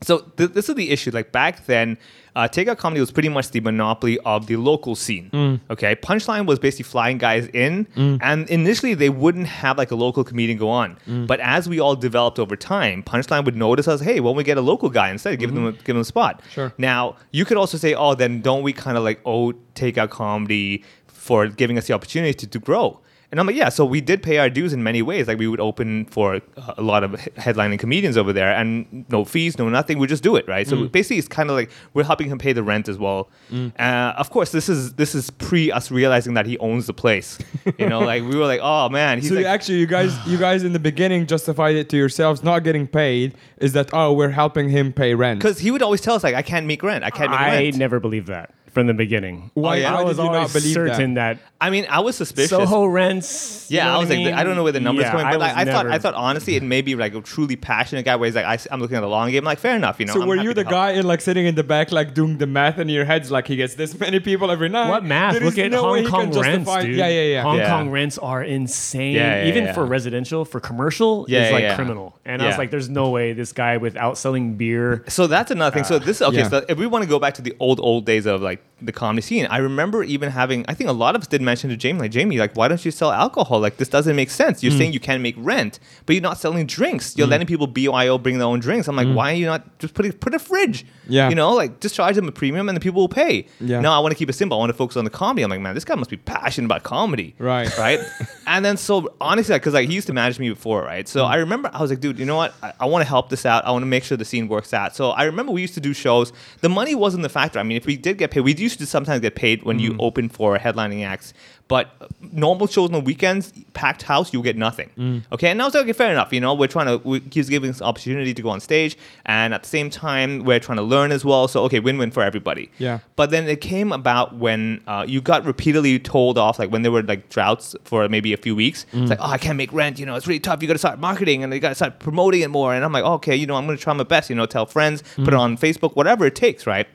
S4: so th- this is the issue. Like back then, uh, takeout comedy was pretty much the monopoly of the local scene.
S3: Mm.
S4: Okay, punchline was basically flying guys in, and initially they wouldn't have like a local comedian go on.
S3: Mm.
S4: But as we all developed over time, punchline would notice us. Hey, why don't we get a local guy instead? Give them a, give them a spot.
S3: Mm-hmm. Sure.
S4: Now you could also say, oh, then don't we kind of like owe takeout comedy for giving us the opportunity to, to grow? And I'm like, yeah. So we did pay our dues in many ways. Like we would open for uh, a lot of he- headlining comedians over there, and no fees, no nothing. We just do it, right? So
S3: Mm.
S4: basically, it's kind of like we're helping him pay the rent as well. Uh, of course, this is this is pre us realizing that he owns the place. You know, like we were like, oh man, he's
S3: so you
S4: like,
S3: actually, you guys, you guys in the beginning justified it to yourselves not getting paid. Is that oh we're helping him pay rent?
S4: because he would always tell us like, I can't make rent. I can't make
S5: I
S4: rent.
S5: never believed that from the beginning.
S3: Why-
S4: yeah.
S5: I
S3: why
S5: was
S3: did you not
S5: always
S3: believe that?
S5: certain that,
S4: I mean, I was suspicious.
S5: Soho rents. you
S4: Yeah,
S5: know
S4: I
S5: what
S4: was like,
S5: mean?
S4: I don't know where the numbers
S5: Yeah,
S4: going, but like, I thought,
S5: never-
S4: I thought honestly, it may be like a truly passionate guy where he's like, I, am looking at the long game. Like, fair enough, you know.
S3: So
S4: I'm
S3: were
S4: happy
S3: you
S4: to
S3: the
S4: help.
S3: guy in like sitting in the back like doing the math in your heads like he gets this many people every night?
S5: What math?
S3: There
S5: Look
S3: is
S5: at
S3: no way
S5: Hong
S3: he
S5: Kong
S3: can
S5: rents,
S3: justify-
S5: dude.
S3: Yeah, yeah, yeah.
S5: Hong
S4: Yeah.
S5: Kong rents are insane.
S4: Yeah, yeah,
S5: Even
S4: yeah.
S5: for residential, for commercial,
S4: Yeah,
S5: is like
S4: yeah.
S5: criminal. And I
S4: Yeah.
S5: was like, there's no way this guy without selling beer.
S4: So that's another thing. so this okay.
S3: Ah, yeah.
S4: So if we want to go back to the old old days of like the comedy scene, I remember even having. I think a lot of us did mention to Jamie, like Jamie, like why don't you sell alcohol? Like this doesn't make sense.
S3: Hmm.
S4: You're saying you can make rent, but you're not selling drinks. You're letting people BYO bring their own drinks. I'm like, why are you not just putting put a fridge?
S3: Hmm. Yeah.
S4: you know, like just charge them a premium and the people will pay.
S3: Yeah.
S4: No, I want to keep it simple. I want to focus on the comedy. I'm like, man, this guy must be passionate about comedy.
S3: Right.
S4: Right. and then so honestly, because like he used to manage me before, right? So I remember I was like, dude, you know what? I, I want to help this out. I want to make sure the scene works out. So I remember we used to do shows. The money wasn't the factor. I mean, if we did get paid, we used to sometimes get paid when you open for headlining acts. But uh, normal shows on the weekends, packed house, you get nothing. Okay, and I was like, okay, fair enough. You know, we're trying to we, he's giving us opportunity to go on stage, and at the same time, we're trying to learn as well. So okay, win-win for everybody.
S3: Yeah.
S4: But then it came about when uh, you got repeatedly told off, like when there were like droughts for maybe a few weeks. It's like, oh, I can't make rent. You know, it's really tough. You got to start marketing and you got to start promoting it more. And I'm like, okay, you know, I'm going to try my best. You know, tell friends, put it on Facebook, whatever it takes, right?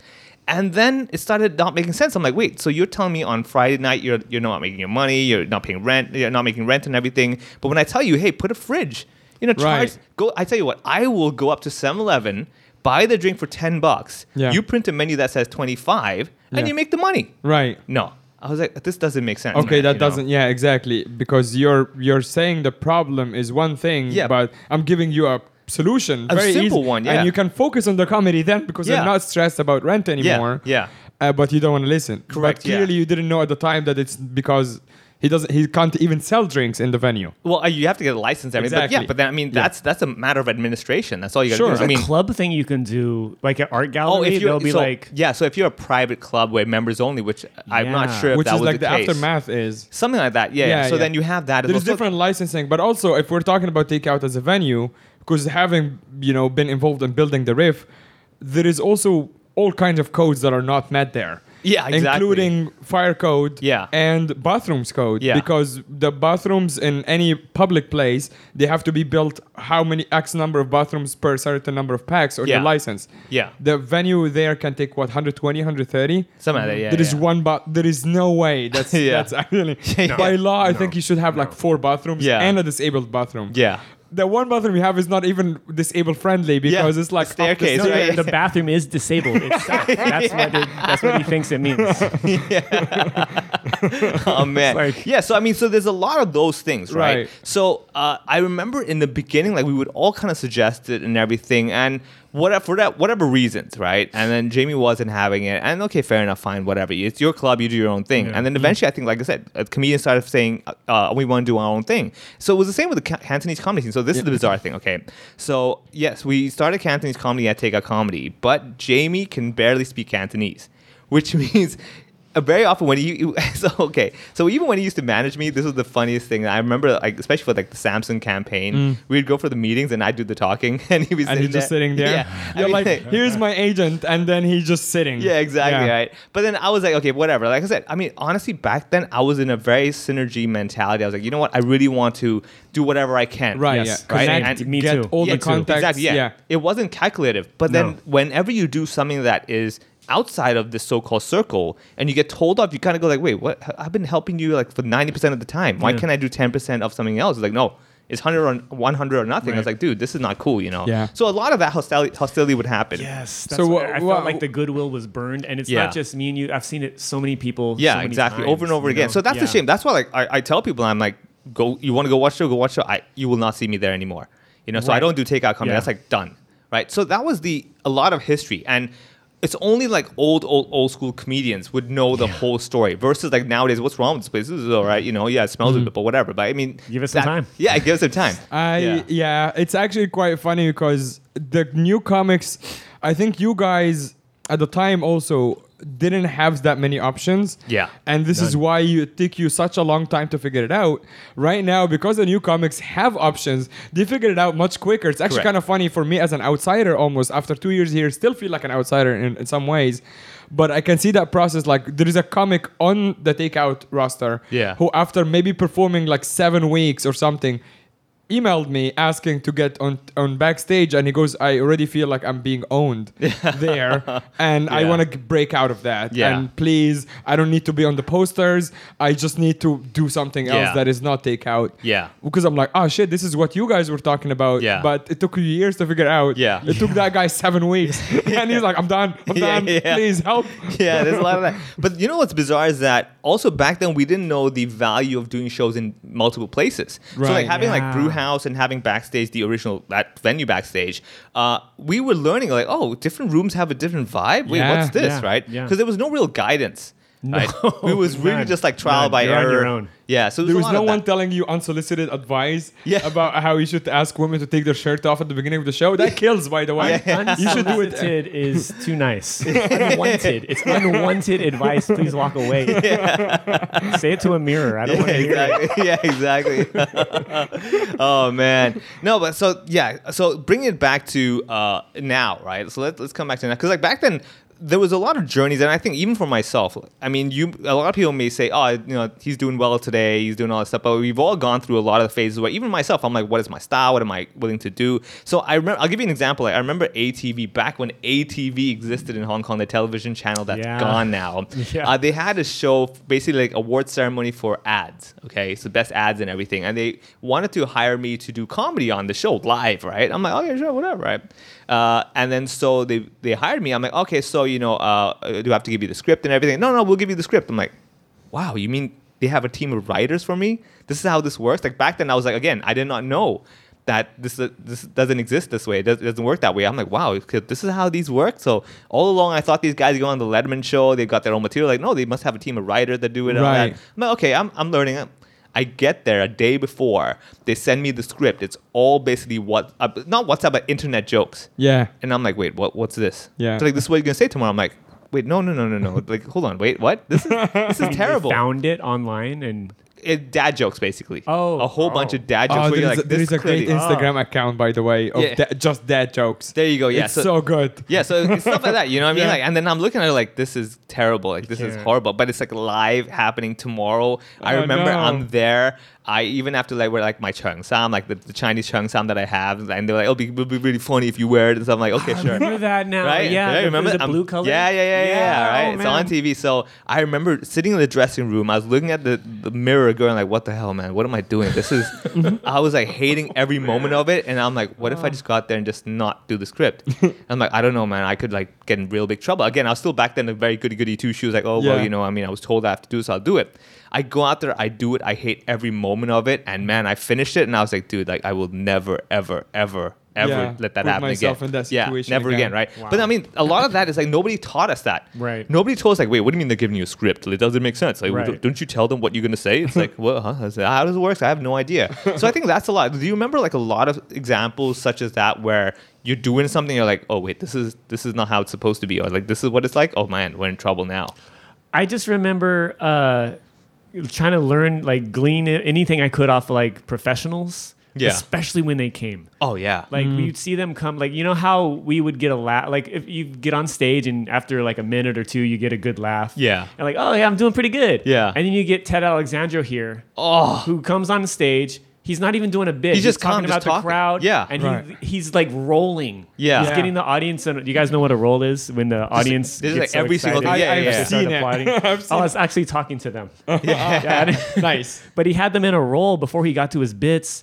S4: And then it started not making sense. I'm like, wait, so you're telling me on Friday night you're you're not making your money, you're not paying rent, you're not making rent and everything. But when I tell you, hey, put a fridge, you know, charge.
S3: Right.
S4: Go. I tell you what, I will go up to 7-Eleven, buy the drink for ten bucks.
S3: Yeah.
S4: You print a menu that says 25
S3: Yeah.
S4: and you make the money.
S3: Right.
S4: No. I was like, this doesn't make sense.
S3: Okay,
S4: man,
S3: that
S4: you know?
S3: doesn't. Yeah, exactly. Because you're you're saying the problem is one thing,
S4: Yeah.
S3: but I'm giving you a solution,
S4: A
S3: very
S4: simple
S3: easy,
S4: one, yeah.
S3: and you can focus on the comedy then because
S4: Yeah.
S3: I'm not stressed about rent
S4: Yeah.
S3: anymore.
S4: Yeah.
S3: Uh, but you don't want to listen.
S4: Correct,
S3: But clearly,
S4: yeah.
S3: you didn't know at the time that it's because He doesn't. He can't even sell drinks in the venue.
S4: Well, uh, you have to get a license. I mean, but
S3: Exactly.
S4: yeah, but then, I mean, that's that's a matter of administration. That's all you got to
S3: Sure.
S4: do. I mean,
S5: club thing you can do, like an art
S4: oh,
S5: gallery.
S4: if you're
S5: they'll be
S4: so-
S5: like,
S4: yeah, so if you're a private club where members only, which I'm not
S5: Yeah.
S4: sure if
S3: which
S4: that
S3: is
S4: was
S3: like the,
S4: the, case.
S3: aftermath is.
S4: something like that. Yeah. so then you have that. as
S3: There's
S4: well. So-
S3: different licensing, but also if we're talking about takeout as a venue, because having you know been involved in building the riff, there is also all kinds of codes that are not met there.
S4: Yeah, exactly.
S3: Including fire code
S4: Yeah.
S3: and bathrooms code.
S4: Yeah.
S3: Because the bathrooms in any public place, they have to be built how many X number of bathrooms per certain number of packs on your
S4: Yeah.
S3: license.
S4: Yeah.
S3: The venue there can take what, 120, 130?
S4: Something like that, yeah,
S3: There is
S4: yeah.
S3: one but there is no way. That's
S4: Yeah.
S3: that's actually
S4: Yeah.
S3: by law I think you should have like four bathrooms
S4: Yeah.
S3: and a disabled bathroom.
S4: Yeah.
S3: The one bathroom you have is not even disabled friendly because it's like up the
S4: staircase,
S5: no,
S3: stair-
S4: right?
S5: the, the bathroom is disabled. Itself. that's, what it, that's what he thinks it means.
S4: oh man
S5: like-
S4: yeah so i mean so there's a lot of those things right,
S3: Right.
S4: so uh, i remember in the beginning like we would all kind of suggest it and everything and whatever for that whatever reasons right and then jamie wasn't having it and okay fair enough fine whatever it's your club you do your own thing and then eventually i think like i said a comedian started saying uh, uh, we want to do our own thing so it was the same with the Ca- cantonese comedy scene so this is the bizarre thing okay so yes we started cantonese comedy at take a comedy but jamie can barely speak cantonese which means uh, very often when he so okay so even when he used to manage me this was the funniest thing i remember like especially for like the samsung campaign we'd go for the meetings and i'd do the talking and he was
S3: Mm. and he's just sitting there.
S4: yeah I
S3: You're
S4: mean,
S3: like, here's my agent, and then he's just sitting.
S4: yeah exactly
S3: Yeah.
S4: right but then i was like okay whatever like i said i mean honestly back then i was in a very synergy mentality i was like you know what i really want to do whatever i can
S3: Right.
S5: Yes,
S3: yeah. Connect,
S5: connect, me
S3: get
S5: too.
S3: all
S4: Yeah,
S3: the contacts.
S4: Exactly. Yeah.
S3: yeah.
S4: It wasn't calculative. But then
S5: No.
S4: whenever you do something that is outside of this so-called circle and you get told off, you kind of go like, wait, what? H- I've been helping you like for 90% of the time. Why
S5: Yeah.
S4: can't I do 10% of something else? It's like, no, it's 100 on 100 or nothing. I was
S5: Right.
S4: like, dude, this is not cool, you know?
S3: Yeah.
S4: So a lot of that hostility, hostility would happen.
S5: Yes.
S3: So
S5: That's so
S3: wha-
S5: I
S3: wha-
S5: felt like the goodwill was burned, and it's
S4: Yeah.
S5: not just me and you. I've seen it so many people.
S4: Yeah,
S5: so many
S4: exactly. over and
S5: times,
S4: over
S5: you
S4: again.
S5: know?
S4: So that's a
S5: Yeah.
S4: shame. That's why like I, I tell people I'm like, go you want to go watch show, go watch show. I you will not see me there anymore. You know, so I
S5: Right.
S4: don't do takeout comedy.
S5: Yeah.
S4: That's like done. Right. So that was the a lot of history. And it's only like old, old, old school comedians would know the whole story versus like nowadays, what's wrong with this place? This is all right, you know, yeah, it smells a bit, but whatever. But I mean
S5: Mm-hmm. Give it some
S4: that-
S5: time.
S4: Yeah, it gives it time.
S3: I yeah. it's actually quite funny because the new comics, I think you guys at the time also didn't have that many options.
S4: Yeah.
S3: And this is why you it took you such a long time to figure it out. Right now, because the new comics have options, they figure it out much quicker. It's actually
S4: Correct.
S3: kind of funny for me as an outsider almost after two years here, still feel like an outsider in, in some ways. But I can see that process. Like there is a comic on the takeout roster
S4: Yeah.
S3: who after maybe performing like seven weeks or something emailed me asking to get on on backstage and he goes i already feel like i'm being owned there and i
S4: Yeah.
S3: want to break out of that
S4: Yeah.
S3: and please i don't need to be on the posters i just need to do something else
S4: Yeah.
S3: that is not takeout
S4: Yeah.
S3: because i'm like oh shit this is what you guys were talking about
S4: Yeah.
S3: but it took you years to figure out
S4: Yeah.
S3: it took that guy seven weeks and he's like i'm done i'm
S4: Yeah,
S3: done
S4: yeah.
S3: please help
S4: yeah, there's a lot of that. But you know what's bizarre is that also back then we didn't know the value of doing shows in multiple places. so
S3: Right.
S4: like having like
S5: Yeah.
S4: brew house and having backstage the original that venue backstage, uh, we were learning like oh different rooms have a different vibe. Wait,
S3: Yeah,
S4: what's this
S5: yeah,
S4: right? Because
S5: yeah.
S4: there was no real guidance. Right? it was really
S5: none,
S4: just like trial
S5: none.
S4: by
S5: You're on
S4: error.
S5: your own.
S4: Yeah, so
S3: There was no one
S4: one.
S3: telling you unsolicited advice
S4: Yeah.
S3: about how you should ask women to take their shirt off at the beginning of the show. That kills, by the way. You should do it.
S5: Unsolicited is too nice. unwanted. It's unwanted advice. Please walk away. Say it to a mirror. I don't want to hear it.
S4: exactly. yeah, exactly. oh man, no, but so yeah, so bringing it back to uh, now, right? So let's let's come back to now because like back then there was a lot of journeys, and I think even for myself, I mean, you a lot of people may say, oh, you know, he's doing well today, he's doing all that stuff, but we've all gone through a lot of the phases where even myself, I'm like, what is my style? What am I willing to do? So I remember, I'll give you an example. Like, I remember ATV back when ATV existed in Hong Kong, the television channel that's
S5: Yeah.
S4: gone now.
S5: Yeah.
S4: Uh, they had a show basically like award ceremony for ads okay so best ads and everything and they wanted to hire me to do comedy on the show live right i'm like oh yeah sure whatever right uh, and then so they they hired me i'm like okay so you know uh, do i have to give you the script and everything no no we'll give you the script i'm like wow you mean they have a team of writers for me this is how this works like back then i was like again i did not know that this uh, this doesn't exist this way. It, does, it doesn't work that way. I'm like, wow, 'cause this is how these work. So all along, I thought these guys go on the Letterman show. They got their own material. Like, no, they must have a team of writers that do it. and all that.
S3: Right.
S4: I'm like, okay, I'm I'm learning. i I get there a day before. They send me the script. It's all basically what uh, not WhatsApp, but internet jokes.
S3: Yeah.
S4: And I'm like, wait, what? What's this?
S3: Yeah.
S4: So like, this is what you're gonna say tomorrow. I'm like, wait, no, no, no, no, no. like, hold on, wait, what? This is this is terrible.
S5: Found it online and
S4: It, dad jokes, basically.
S5: Oh.
S4: a whole bunch
S5: Oh.
S4: of dad jokes.
S3: Oh,
S4: where
S3: there
S4: you're
S3: is,
S4: like,
S3: a, there
S4: this
S3: is a great
S4: clearly-
S3: Instagram account, by the way, of
S4: Yeah.
S3: da- just dad jokes.
S4: Oh. There you go. Yeah.
S3: it's so good.
S4: yeah, so it's stuff like that, you know what I mean?
S3: Yeah.
S4: Like, and then I'm looking at it like, this is terrible, like this is
S5: can't.
S4: horrible. But it's like live happening tomorrow. I
S3: Oh,
S4: remember
S3: no.
S4: I'm there. I even have to like wear like my cheung sam, like the, the Chinese cheung sam that I have, and they're like, oh, it'll be, it'll be really funny if you wear it. And so I'm like, okay, sure.
S5: remember that now.
S4: right?
S5: Yeah,
S4: I
S5: the,
S4: remember
S5: the
S4: I'm-
S5: blue color.
S4: Yeah, yeah, yeah, yeah.
S5: Yeah,
S4: right,
S5: oh,
S4: it's on
S5: man.
S4: TV. So I remember sitting in the dressing room. I was looking at the, the mirror, going like, "What the hell, man? What am I doing? This is." I was like hating every moment of it, and I'm like, "What if I just got there and just not do the script?" I'm like, "I don't know, man. I could like get in real big trouble." Again, I was still back then a very goody goody two shoes. Like, oh well,
S3: Yeah.
S4: you know, I mean, I was told I have to do this, I'll do it. I go out there, I do it, I hate every moment of it, and man, I finished it, and I was like, dude, like I will never, ever, ever. Ever
S3: Yeah,
S4: let that
S3: put
S4: happen
S3: myself
S4: again.
S3: in that
S4: yeah,
S3: situation
S4: never again,
S3: again.
S4: right? But I mean, a lot of that is like nobody taught us that.
S5: Right.
S4: Nobody told us like, wait, what do you mean they're giving you a script? It doesn't make sense. Like,
S5: Right.
S4: don't- don't you tell them what you're gonna say? It's like, well, huh? I was like, how does it work? I have no idea. so I think that's a lot. Do you remember like a lot of examples such as that where you're doing something, you're like, oh wait, this is this is not how it's supposed to be, or like this is what it's like. Oh man, we're in trouble now.
S5: I just remember uh, trying to learn, like, glean anything I could off like professionals,
S4: Yeah.
S5: especially when they came.
S4: Oh yeah.
S5: Like you'd see them come, like you know how we would get a laugh. Like if you get on stage and after like a minute or two, you get a good laugh.
S4: Yeah.
S5: and like oh yeah, I'm doing pretty good.
S4: Yeah.
S5: and then you get Ted Alexandro here,
S4: oh
S5: who comes on stage. He's not even doing a bit.
S4: He's just
S5: talking
S4: calm,
S5: about
S4: just
S5: the
S4: talking.
S5: crowd.
S4: Yeah.
S5: and
S3: Right.
S5: he, he's like rolling.
S4: Yeah.
S5: he's
S4: Yeah.
S5: getting the audience. And you guys know what a roll is when the audience.
S4: this is
S5: gets
S4: like
S5: so
S4: every single
S5: excited.
S4: thing. Yeah,
S3: I- I've
S4: yeah, yeah.
S3: seen
S5: Start
S3: it.
S5: applauding.
S3: I've
S5: I
S3: seen
S5: was actually talking to them.
S4: yeah.
S3: it. nice.
S5: But he had them in a roll before he got to his bits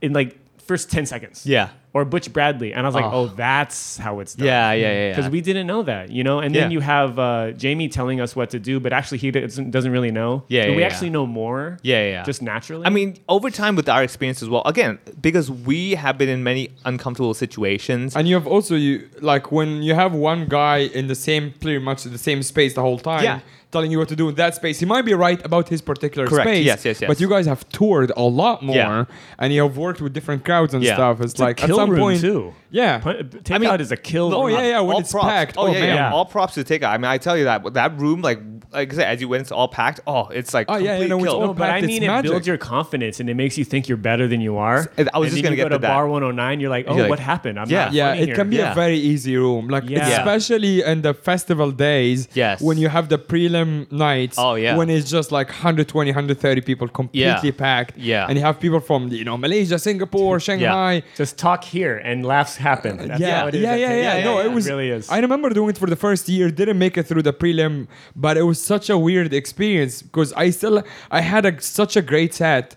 S5: in like first 10 seconds.
S4: Yeah.
S5: Or Butch Bradley. And I was like, oh,
S4: Oh.
S5: that's how it's done.
S4: Yeah, yeah, yeah,
S5: Because
S4: yeah.
S5: we didn't know that, you know? And then
S4: Yeah.
S5: you have uh, Jamie telling us what to do, but actually he doesn't, doesn't really know.
S4: Yeah,
S5: And
S4: yeah,
S5: we
S4: yeah.
S5: actually know more.
S4: Yeah, yeah, yeah.
S5: Just naturally.
S4: I mean, over time with our experience as well. Again, because we have been in many uncomfortable situations.
S3: And you have also you like when you have one guy in the same pretty much the same space the whole time
S4: Yeah.
S3: telling you what to do in that space. He might be right about his particular
S4: Correct.
S3: space.
S4: Yes, yes, yes.
S3: But you guys have toured a lot more
S4: Yeah.
S3: and you have worked with different crowds and
S4: Yeah.
S3: stuff. It's,
S5: a
S3: like at
S5: kill
S3: some
S5: room,
S3: point
S5: too.
S3: Yeah.
S5: Pu- Takeout
S4: I mean-
S5: is a kill.
S3: Oh,
S5: room.
S3: yeah, yeah. when
S4: all
S3: it's
S4: props.
S3: packed.
S4: Oh,
S3: Oh,
S4: yeah, yeah,
S5: man.
S4: All props to take. I mean, I tell you that that room, like like I said, as you went, it's all packed. Oh, it's like
S3: Oh, yeah,
S4: complete
S3: you know, it's
S4: kill.
S3: all
S5: No, but I
S3: Impact,
S5: mean,
S3: it's
S5: it builds
S3: magic.
S5: your confidence, and it makes you think you're better than you are.
S4: I was
S5: and
S4: just
S5: then
S4: gonna
S5: you
S4: get
S5: go
S4: to
S5: to
S4: that.
S5: bar 109. You're like, oh,
S4: You're like,
S5: what happened? I'm
S4: yeah.
S5: not
S3: Yeah,
S5: funny
S3: it
S5: here.
S3: can be
S4: Yeah.
S3: a very easy room. Like
S5: Yeah. Yeah.
S3: especially in the festival days
S4: Yes.
S3: when you have the prelim nights
S4: Oh, yeah.
S3: when it's just like 120 130 people completely packed.
S4: Yeah.
S3: And you have people from you know Malaysia, Singapore, Shanghai.
S5: Just talk here and laughs happen. That's
S3: yeah,
S5: how it is
S3: yeah,
S5: at
S3: yeah,
S5: Take
S3: yeah,
S5: That.
S3: No, it was.
S5: really is.
S3: I remember doing it for the first year. Didn't make it through the prelim, but it was such a weird experience because I still I had a, such a great set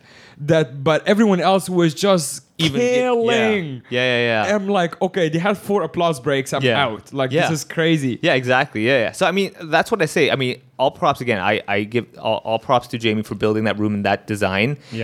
S3: that, but everyone else was just
S4: Even- yeah.
S3: killing.
S4: Yeah, yeah, yeah.
S3: I'm like, okay, they had four applause breaks. I'm
S4: Yeah.
S3: out. Like
S4: Yeah.
S3: this is crazy.
S4: Yeah, exactly. Yeah, yeah. So I mean, that's what I say. I mean, all props again. I I give all, all props to Jamie for building that room and that design.
S5: Yeah.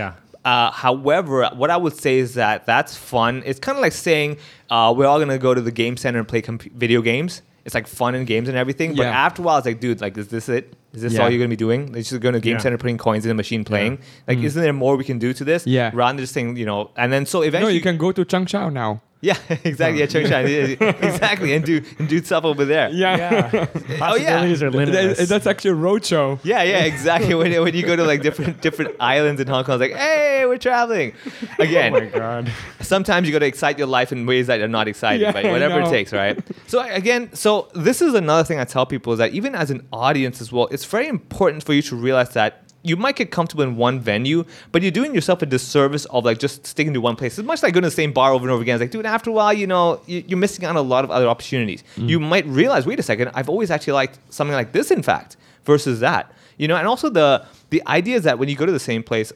S4: Uh, however, what I would say is that that's fun. It's kind of like saying uh, we're all gonna go to the game center and play comp- video games. It's like fun and games and everything. But
S3: Yeah.
S4: after a while, it's like, dude, like, is this it? Is this
S3: Yeah.
S4: all you're gonna be doing? It's just going to game
S5: Yeah.
S4: center, putting coins in a machine, playing. Like, isn't there more we can do to this?
S3: Mm. Yeah.
S4: Rather than just saying, you know, and then so
S3: No,
S4: eventually
S3: you can go to Changsha now.
S4: Yeah, exactly. Yeah, Chongshan. exactly, and do and do stuff over there.
S5: yeah.
S4: Oh,
S5: Possibilities are limitless.
S3: That- that's actually a roadshow.
S4: Yeah, yeah, exactly. when, when you go to like different different islands in Hong Kong, it's like, hey, we're traveling. Again,
S5: oh my god.
S4: sometimes you got to excite your life in ways that are not exciting,
S3: Yeah,
S4: but
S3: I
S4: whatever it
S3: know.
S4: takes, right? So again, so this is another thing I tell people is that even as an audience as well, it's very important for you to realize that you might get comfortable in one venue, but you're doing yourself a disservice of like just sticking to one place. It's much like going to the same bar over and over again. It's like, dude, after a while, you know, you- you're missing out on a lot of other opportunities.
S3: Mm.
S4: You might realize, wait a second, I've always actually liked something like this, in fact, versus that. You know, and also the the idea is that when you go to the same place,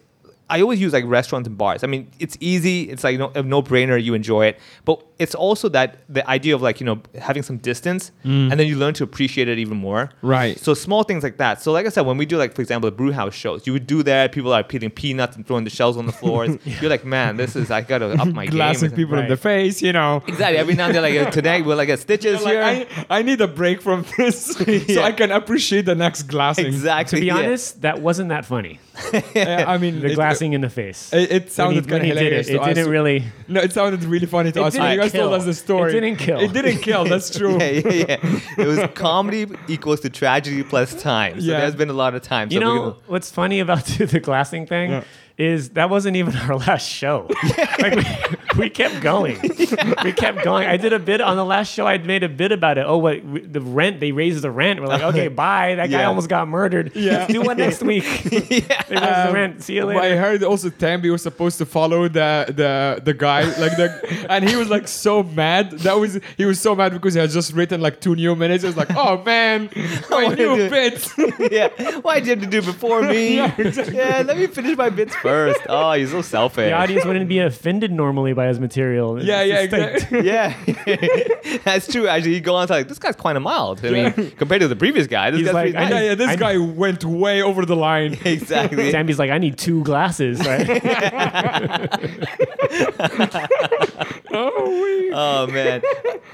S4: I always use like restaurants and bars. I mean, it's easy. It's like no, a no-brainer. You enjoy it, but it's also that the idea of like you know having some distance, and then you learn to appreciate it even more.
S3: Right.
S4: So small things like that. So like I said, when we do like for example the brew house shows, you would do that. People are peeling peanuts and throwing the shells on the floors. You're like, man, this is I gotta up my
S3: glassing
S4: game.
S3: people in the
S5: Right.
S3: face, you know.
S4: Exactly. Every now and then, like uh, today, we're like at stitches
S3: Like,
S4: here.
S3: I, I need a break from this so
S4: Yeah.
S3: I can appreciate the next glassing.
S4: exactly.
S5: To be
S4: yeah.
S5: honest, that wasn't that funny.
S3: Uh, I mean,
S5: The
S3: it-
S5: glassing in the face.
S3: It, it sounded
S5: when
S3: kind of
S5: he, when he did
S3: hilarious.
S5: it, it
S3: to us.
S5: didn't really.
S3: No, it sounded really funny to
S5: It
S3: us. when
S5: didn't
S3: You guys told
S5: kill.
S3: us the story.
S5: It didn't kill.
S3: It didn't kill. That's true.
S4: Yeah, yeah, yeah. It was comedy equals to tragedy plus time. So
S3: Yeah.
S4: there's been a lot of time.
S5: You
S4: so we're
S5: know what's funny about the glassing thing
S3: Yeah.
S5: is that wasn't even our last show. like we, we kept going, we kept going. I did a bit on the last show. I made a bit about it. Oh, what we- the rent? They raised the rent. We're like, okay, bye. That guy
S4: Yeah.
S5: almost got murdered.
S3: Yeah.
S5: do one next week. They raised the rent. See you
S3: But I
S5: later.
S3: heard also Tambi was supposed to follow the the the guy like the and he was like so mad that was he was so mad because he had just written like two new minutes. He was like, oh man, my
S4: What
S3: new
S4: did-
S3: bits.
S4: yeah. Why did you do it before me?
S3: Yeah,
S4: yeah,
S3: exactly.
S4: let me finish my bits first. Oh, you're so selfish.
S5: The audience wouldn't be offended normally by his material. It's
S3: yeah, yeah,
S5: just like-
S3: exactly.
S4: yeah, that's true. Actually, you go on to like this guy's quite a mild. I mean, compared to the previous guy, this
S5: He's
S4: guy's
S5: like,
S4: pretty
S5: I
S4: nice.
S3: Yeah, yeah. This
S5: I-
S3: guy went way over the line.
S4: exactly.
S5: Tammy's like, I need two glasses. Right?
S4: oh man.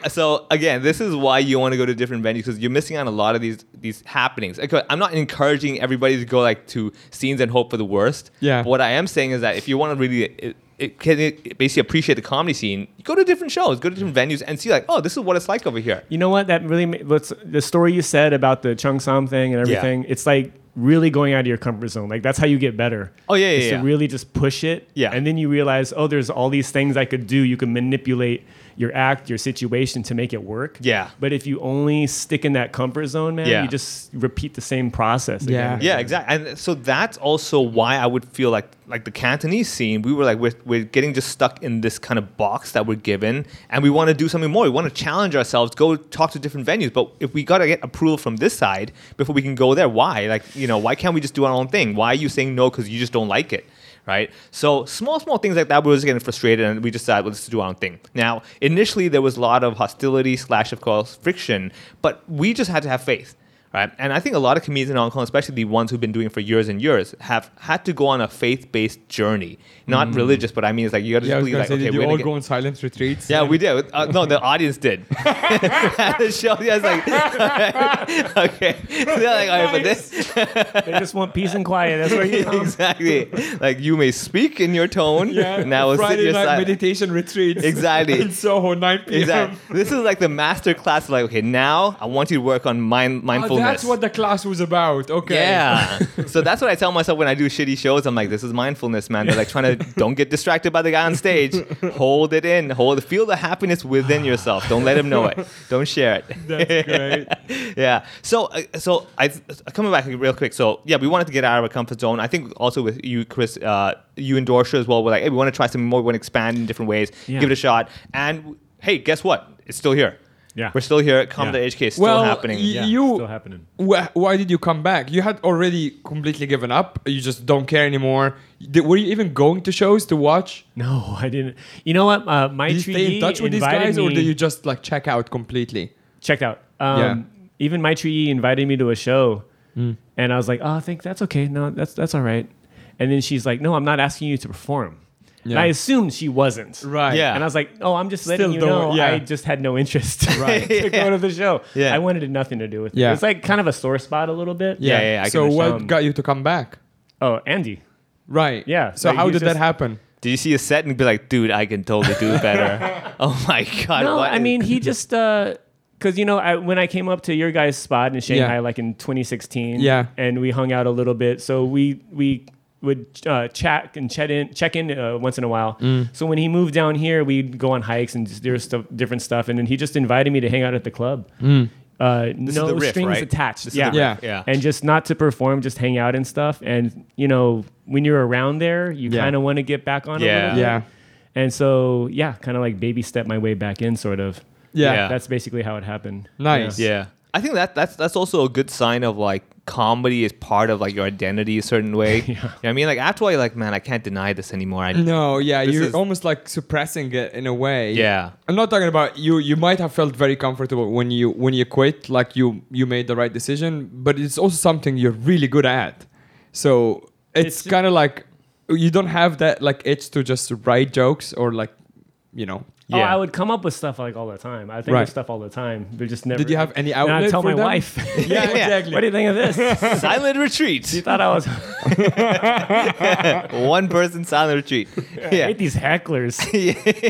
S4: So again, this is why you want to go to different venues because you're missing out on a lot of these these happenings. Okay, I'm not encouraging everybody to go like to scenes and hope for the worst.
S3: Yeah.
S4: But what I am saying is that if you want to really it, it, can it basically appreciate the comedy scene, go to different shows, go to different venues, and see like, oh, this is what it's like over here.
S5: You know what? That really ma- what's the story you said about the Chung Sam thing and everything. It's like really going out of your comfort zone. Like that's how you get better.
S4: Oh, yeah, yeah,
S5: is
S4: yeah.
S5: To really just push it.
S4: Yeah.
S5: And then you realize, oh, there's all these things I could do. You can manipulate your act, your situation to make it work.
S4: Yeah.
S5: But if you only stick in that comfort zone, man,
S4: Yeah.
S5: you just repeat the same process.
S3: Yeah.
S5: Again.
S4: Yeah, exactly. And so that's also why I would feel like like the Cantonese scene, we were like we're, we're getting just stuck in this kind of box that we're given and we want to do something more. We want to challenge ourselves, go talk to different venues, but if we got to get approval from this side before we can go there, why? Like, you know, why can't we just do our own thing? Why are you saying no cuz you just don't like it? Right, so small, small things like that. We were just getting frustrated, and we decided, well, let's do our own thing. Now, initially, there was a lot of hostility slash, of course, friction, but we just had to have faith right? And I think a lot of comedians in Hong Kong, especially the ones who've been doing it for years and years, have had to go on a faith-based journey, not religious, but I mean, it's like you got to
S3: Hmm. Yeah, I
S4: just
S3: was
S4: believe,
S3: gonna
S4: like,
S3: say,
S4: okay,
S3: did you
S4: we're
S3: all
S4: gonna
S3: go
S4: get-
S3: on silent retreats?
S4: yeah, we did. Uh, no, the audience did. At the show, yeah, it's like, okay, they're like, all right, but this,
S5: They just want peace and quiet. That's where you come.
S4: exactly, like you may speak in your tone, now we'll sit
S3: Friday
S4: your
S3: night
S4: side.
S3: meditation retreats.
S4: Exactly.
S3: In Soho, 9 p.m.
S4: Exactly. This is like the master class. Of like, okay, now I want you to work on mind
S3: Oh,
S4: mindfulness.
S3: that's what the class was about. Okay.
S4: Yeah. so that's what I tell myself when I do shitty shows. I'm like, this is mindfulness, man. They're like trying to don't get distracted by the guy on stage. Hold it in. Hold feel the happiness within yourself. Don't let him know it. Don't share it.
S3: That's great.
S4: yeah. So uh, so I coming back real quick. So yeah, we wanted to get out of our comfort zone. I think also with you, Chris, uh, you endorse as well. We're like, hey, we want to try something more. We want to expand in different ways.
S5: Yeah.
S4: Give it a shot. And hey, guess what? It's still here.
S5: Yeah.
S4: We're still here. Come
S5: Yeah.
S4: to HK. It's still
S3: well,
S4: happening.
S3: y- you
S5: still happening.
S3: Wh- why did you come back? You had already completely given up. You just don't care anymore. Did, were you even going to shows to watch?
S5: No, I didn't. You know what? Uh, my
S3: Did you stay in
S5: treaty
S3: touch with these
S5: invited
S3: guys, or
S5: me-
S3: did you just like check out completely?
S5: checked out. Um,
S3: Yeah.
S5: Even my tree invited me to a show, and I was like, "Oh, I think that's okay. No, that's that's all right." And then she's like, "No, I'm not asking you to perform." And
S3: Yeah.
S5: I assumed she wasn't.
S3: Right.
S4: Yeah.
S5: And I was like, "Oh, I'm just letting
S3: Still
S5: you
S3: don't-
S5: know.
S3: yeah.
S5: I just had no interest to go to the show.
S4: Yeah.
S5: I wanted it nothing to do with
S3: Yeah.
S5: it. It's like kind of a sore spot a little bit.
S4: Yeah, yeah, I can
S3: so what
S5: understand.
S3: got you to come back?
S5: Oh, Andy.
S3: Right.
S5: Yeah,
S3: So
S5: like,
S3: how
S5: you
S3: did that
S5: just-
S3: happen?
S4: Did you see a set and be like, dude, I can totally do better? oh my god!
S5: No,
S4: what
S5: I
S4: is-
S5: mean he just because you know I, when I came up to your guys' spot in Shanghai,
S3: Yeah.
S5: like in 2016,
S3: Yeah.
S5: and we hung out a little bit. So we we would uh, chat and check in check in uh, once in a while.
S3: Mm.
S5: So when he moved down here, we'd go on hikes and just do stuff, different stuff, and then he just invited me to hang out at the club.
S3: Mm.
S5: Uh,
S4: is
S5: no
S4: the riff,
S5: strings
S4: right?
S5: attached.
S4: This is
S5: yeah.
S4: the
S3: riff,
S4: Yeah. yeah.
S5: And just not to perform, just hang out and stuff. And, you know, when you're around there, you
S3: Yeah.
S5: kind of want to get back on a
S4: Yeah.
S5: little bit.
S3: Yeah.
S5: And so, yeah, kind of like baby step my way back in, sort of.
S3: Yeah.
S4: Yeah.
S5: That's basically how it happened.
S3: Nice.
S5: Yeah.
S4: yeah, I think that that's that's also a good sign of like comedy is part of like your identity a certain way. You know what I mean? Like after a while, you're like, man, I can't deny this anymore. I,
S3: No, yeah,
S4: This
S3: you're
S4: is-
S3: almost like suppressing it in a way.
S4: Yeah.
S3: I'm not talking about you. You might have felt very comfortable when you when you quit, like you you made the right decision. But it's also something you're really good at. So it's,
S5: It's-
S3: kind of like you don't have that like itch to just write jokes or like you know.
S5: Oh,
S4: Yeah.
S5: I would come up with stuff like all the time. I think
S3: Right.
S5: of stuff all the time. They just never.
S3: Did you have any
S5: And
S3: outlet?
S5: I tell
S3: for
S5: my
S3: them?
S5: wife,
S3: Yeah, exactly.
S5: "What do you think of this?"
S4: silent
S5: she
S4: retreat.
S5: thought I was
S4: One person silent retreat. Yeah.
S5: hate these hecklers.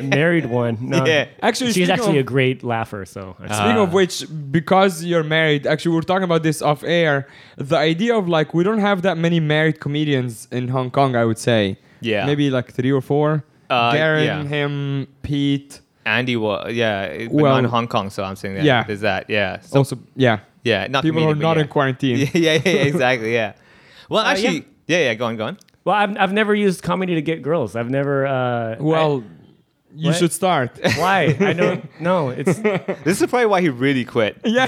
S5: Married one. No,
S4: Yeah.
S3: Actually,
S5: she's
S3: speaking
S5: actually
S3: of-
S5: a great laugher. So I
S4: Uh.
S3: Speaking of which, because you're married, actually, we we're talking about this off air. The idea of like, we don't have that many married comedians in Hong Kong, I would say.
S4: Yeah.
S3: Maybe like three or four.
S4: Uh,
S3: Darren,
S4: yeah.
S3: him, Pete.
S4: Andy was yeah, but
S3: Well-
S4: not in Hong Kong, so I'm saying that.
S3: Yeah.
S4: There's that. Yeah. So
S3: also, yeah.
S4: yeah, not
S3: People who are
S4: comedic, but
S3: not
S4: yeah.
S3: in quarantine.
S4: Yeah, yeah, yeah, exactly. Yeah. Well,
S5: yeah.
S4: actually, yeah. yeah, go on, go on.
S5: Well, I've, I've never used comedy to get girls. I've never. Uh,
S3: Well, you
S5: What?
S3: should start.
S5: I- why? I don't. No, it's
S4: This is probably why he really quit.
S3: yeah.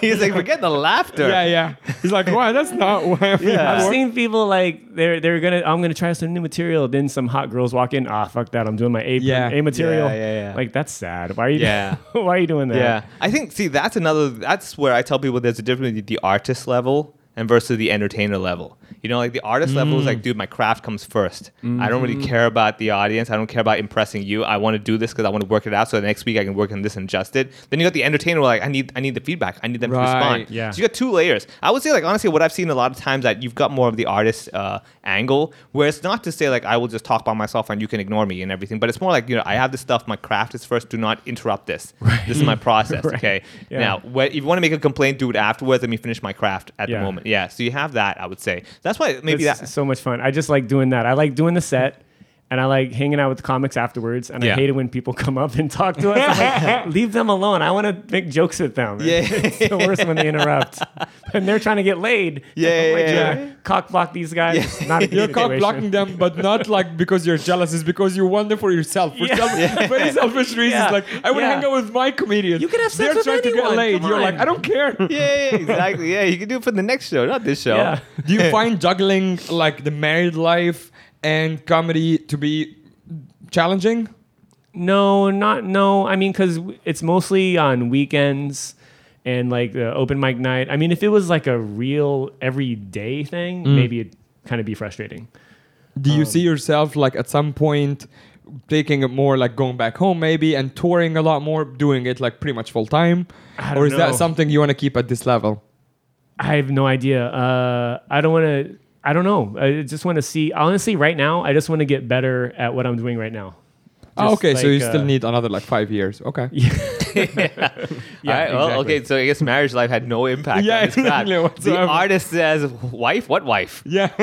S4: He's like, forget the laughter.
S3: Yeah, yeah. He's like, why? That's not why. I'm
S4: Yeah.
S5: I've
S4: Or-
S5: seen people like they're they're gonna I'm gonna try some new material. Then some hot girls walk in. Ah, fuck that! I'm doing my A,
S3: Yeah.
S5: A material.
S4: Yeah, yeah, yeah.
S5: Like that's sad. Why are you?
S4: Yeah.
S5: why are you doing that?
S4: Yeah. I think see that's another that's where I tell people there's a difference between the artist level and versus the entertainer level. You know, like the artist level is like, dude, my craft comes 1st I don't really care about the audience. I don't care about impressing you. I want to do this because I want to work it out so the next week I can work on this and adjust it. Then you got the entertainer like, I need I need the feedback. I need them to
S3: Right.
S4: respond.
S5: Yeah.
S4: So you got two layers. I would say like honestly what I've seen a lot of times that you've got more of the artist uh, angle where it's not to say like I will just talk by myself and you can ignore me and everything, but it's more like, you know, I have this stuff, my craft is first, do not interrupt this. This is my process, okay?
S5: Yeah.
S4: Now, wh- if you want to make a complaint, do it afterwards. Let me finish my craft at
S5: Yeah.
S4: the moment. Yeah, so you have that, I would say. That's why maybe
S5: It's
S4: that
S5: so much fun. I just like doing that. I like doing the set. And I like hanging out with the comics afterwards. And
S4: Yeah.
S5: I hate it when people come up and talk to us. I'm like, leave them alone. I want to make jokes with them.
S4: Yeah.
S5: it's the worst when they interrupt. And they're trying to get laid.
S4: Yeah,
S5: I'm like,
S4: yeah, yeah.
S5: trying to Cock block these guys. It's Not a good
S3: You're cock
S5: situation.
S3: blocking them, but not like because you're jealous. It's because you want them for yourself. For
S5: Yeah.
S3: self- very selfish reasons.
S5: Yeah.
S3: Like I want to
S5: Yeah.
S3: hang out with my comedian.
S5: You can have sex
S3: They're
S5: with
S3: trying to
S5: anyone.
S3: get laid.
S5: Come
S3: You're like,
S5: on.
S3: I don't care.
S4: yeah, yeah, exactly. Yeah, you can do it for the next show, not this show.
S5: Yeah.
S3: Do you find juggling like the married life and comedy to be challenging?
S5: No, not no. I mean, because it's mostly on weekends and like the open mic night. I mean, if it was like a real everyday thing,
S4: Mm.
S5: maybe it'd kind of be frustrating.
S3: Do you see yourself like at some point taking it more like going back home maybe and touring a lot more, doing it like pretty much full time?
S5: don't
S3: Or is that
S5: know.
S3: something you want to keep at this level?
S5: I have no idea. Uh, I don't want to. I don't know. I just want to see. Honestly, right now, I just want to get better at what I'm doing right now.
S3: Oh,
S5: Just
S3: okay, so
S5: like,
S3: you still
S5: uh,
S3: need another like five years. Okay.
S4: All right, well,
S3: exactly.
S4: okay, so I guess marriage life had no impact.
S3: Yeah,
S4: on his craft.
S3: exactly,
S4: The
S3: whatsoever.
S4: artist says, wife? What wife?
S3: Yeah.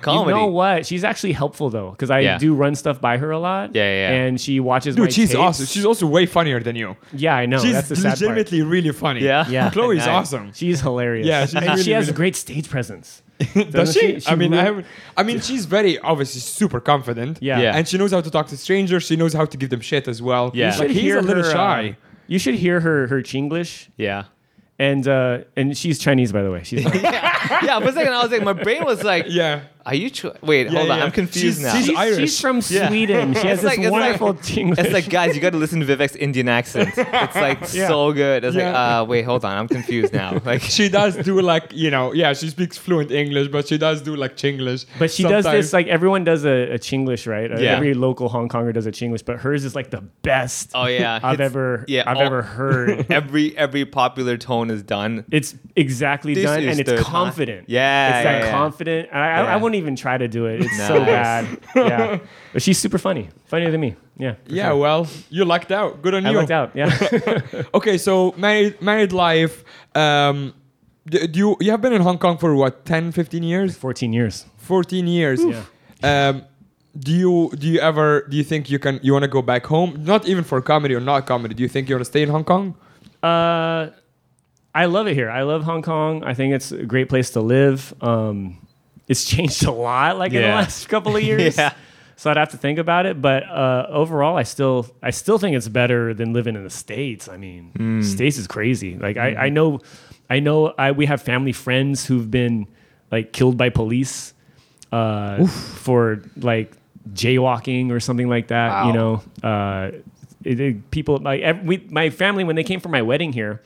S4: Comedy.
S5: You know what? She's actually helpful though, because I
S4: Yeah.
S5: do run stuff by her a lot.
S4: Yeah, yeah, yeah.
S5: And she watches my
S3: Dude, she's
S5: tapes.
S3: awesome. She's also way funnier than you.
S5: yeah, I know.
S3: she's
S5: That's the sad part.
S3: legitimately really funny.
S4: Yeah.
S5: Yeah.
S3: Chloe's
S4: Nice.
S3: awesome.
S5: She's hilarious.
S3: Yeah, she's
S5: and
S3: really,
S5: she has
S3: really-
S5: a great stage presence.
S3: Does
S5: Doesn't
S3: she?
S5: she-
S3: I
S5: she
S3: mean, I
S5: really-
S3: haven't. I mean, she's very obviously super confident.
S5: Yeah.
S4: Yeah.
S3: and she knows how to talk to strangers. She knows how to give them shit as well.
S4: Yeah. You
S3: like
S5: should
S3: he's
S5: hear
S3: a little
S5: her, uh,
S3: shy.
S5: you should hear her her Chinglish,
S4: Yeah.
S5: and uh, and she's Chinese by the way. She's not,
S4: Yeah, for a second, I was like, my brain was like,
S3: yeah,
S4: Are you? Tr- Wait,
S3: Yeah,
S4: hold on.
S3: yeah.
S4: I'm confused
S3: She's-
S4: now.
S3: she's-
S5: she's,
S3: Irish.
S5: she's from
S4: Yeah.
S5: Sweden. She
S4: It's
S5: has this
S4: like- it's like-
S5: wonderful Chinglish.
S4: it's like, guys, you got to listen to Vivek's Indian accent. It's like
S5: Yeah.
S4: so good. It's
S3: Yeah.
S4: like, uh, wait, hold on, I'm confused now. Like,
S3: she does do like you know. Yeah, she speaks fluent English, but she does do like Chinglish.
S5: but she does
S3: sometimes.
S5: this like everyone does a, a Chinglish, right? Uh,
S4: Yeah.
S5: Every local Hong Konger does a Chinglish, but hers is like the best.
S4: oh yeah,
S5: I've
S4: It's-
S5: ever
S4: yeah,
S5: I've
S4: all-
S5: ever heard.
S4: every every popular tone is done.
S5: It's exactly
S4: This
S5: done
S4: is
S5: and
S4: the
S5: it's
S4: time.
S5: confident.
S4: Yeah,
S5: it's
S4: yeah,
S5: that
S4: yeah.
S5: confident. And I, I,
S4: Yeah.
S5: I won't even try to do it. It's so
S4: Nice.
S5: bad. Yeah, but she's super funny, funnier than me. Yeah, for
S3: Yeah,
S5: sure.
S3: well, you lucked out. Good on
S5: I
S3: you.
S5: lucked out. Yeah.
S3: Okay, so married married life. Um, d- do you you have been in Hong Kong for what 10, 15 years?
S5: 14 years.
S3: 14 years. Um, do you do you ever do you think you can you want to go back home? Not even for comedy or not comedy. Do you think you want to stay in Hong Kong?
S5: Uh, I love it here. I love Hong Kong. I think it's a great place to live. Um, it's changed a lot, like in the
S4: Yeah.
S5: last couple of years.
S4: Yeah.
S5: so I'd have to think about it. But uh, overall, I still I still think it's better than living in the states. I mean,
S4: Hmm.
S5: states is crazy. Like I, I know, I know. I we have family friends who've been like killed by police uh, for like jaywalking or something like that. You know, uh, it, it- people like ev- we, my family when they came for my wedding here,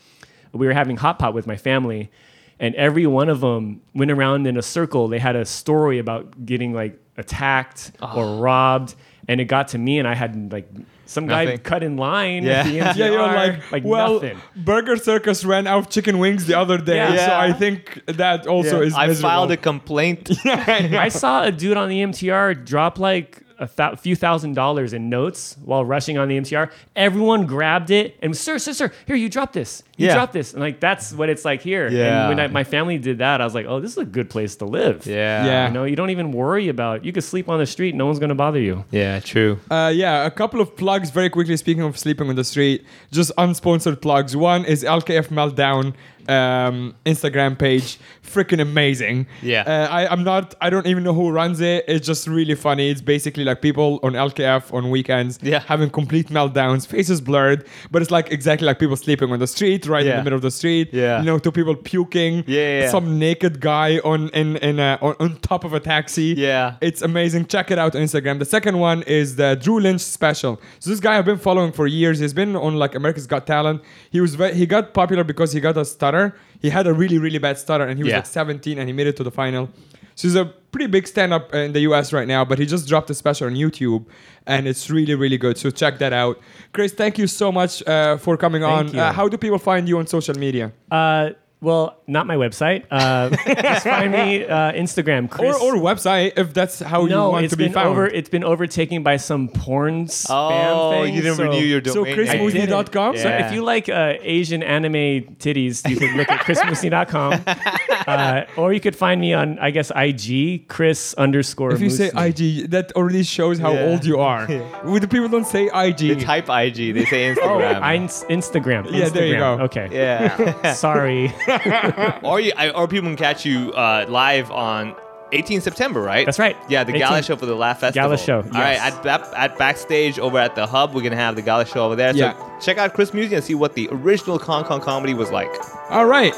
S5: we were having hot pot with my family, and every one of them went around in a circle. They had a story about getting like attacked
S3: Ah.
S5: or robbed, and it got to me, and I had like some guy
S4: Nothing.
S5: cut in line.
S4: Yeah.
S5: at the NCR,
S3: Yeah, you're like, well,
S5: nothing.
S3: Burger Circus ran out of chicken wings the other day,
S5: Yeah.
S3: so
S4: Yeah.
S3: I think that also
S5: Yeah.
S3: is.
S4: I filed a
S3: miserable.
S4: complaint.
S5: I saw a dude on the MTR drop like a thou- few thousand dollars in notes while rushing on the MTR. Everyone grabbed it and sir, sir, sir, here you drop this, you
S4: Yeah.
S5: drop this, and like that's what it's like here.
S4: Yeah.
S5: And when I, my family did that, I was like, oh, this is a good place to live.
S4: yeah.
S3: Yeah.
S5: You know, you don't even worry about. You could sleep on the street, no one's gonna bother you.
S4: Yeah, true.
S3: Uh, yeah, a couple of plugs very quickly. Speaking of sleeping on the street, just unsponsored plugs. One is LKF Meltdown um, Instagram page, freaking amazing.
S4: Yeah.
S3: uh, I, I'm not. I don't even know who runs it. It's just really funny. It's basically like people on LKF on weekends,
S4: Yeah.
S3: having complete meltdowns, faces blurred, but it's like exactly like people sleeping on the street, right in
S4: Yeah.
S3: the middle of the street.
S4: Yeah.
S3: you know, two people puking.
S4: Yeah, yeah.
S3: some naked guy on in in a, on, on top of a taxi.
S4: Yeah.
S3: It's amazing. Check it out on Instagram. The second one is the Drew Lynch special. So this guy I've been following for years. He's been on like America's Got Talent. He was ve- he got popular because he got a stutter. He had a really really bad stutter, and he was
S4: Yeah.
S3: like 17, and he made it to the final. So he's a pretty big stand-up in the U.S. right now, but he just dropped a special on YouTube, and it's really really good. So check that out. Chris, thank you so much uh, for coming on.
S5: you.
S3: Uh, how do people find you on social media?
S5: Uh, well, not my website. Uh, just find me uh, Instagram, Chris.
S3: or, or website if that's how you
S5: no,
S3: want
S5: it's
S3: to be
S5: been
S3: found.
S5: over. It's been overtaken by some porn spam
S4: Oh,
S5: thing.
S4: you didn't
S5: so-
S4: renew your
S3: so
S4: domain.
S3: Chris
S4: name.
S3: Moody-
S5: didn't.
S3: Disney.com?
S5: So
S4: Yeah.
S5: if you like uh, Asian anime titties, you could look at chrismusney.com. Uh, or you could find me on, I guess, IG, Chris underscore
S3: If you say
S5: Musney.
S3: IG, that already shows how
S4: Yeah.
S3: old you are. Well, the people don't say IG.
S4: They type IG. They
S3: Oh,
S4: say Instagram.
S5: Oh, I- Instagram.
S3: Yeah, there you
S5: Instagram.
S3: go.
S5: Okay.
S4: yeah.
S5: Sorry.
S4: or you, I, or people can catch you uh, live on 18 September, right?
S5: That's right.
S4: Yeah, the gala
S5: 18.
S4: show for the Laugh Festival.
S5: Gala show,
S4: All right,
S5: yes.
S4: at, Bap- at backstage over at the Hub, we're gonna have the gala show over there.
S3: Yeah.
S4: So check out Chris Music and see what the original Con Con comedy was like.
S3: All right.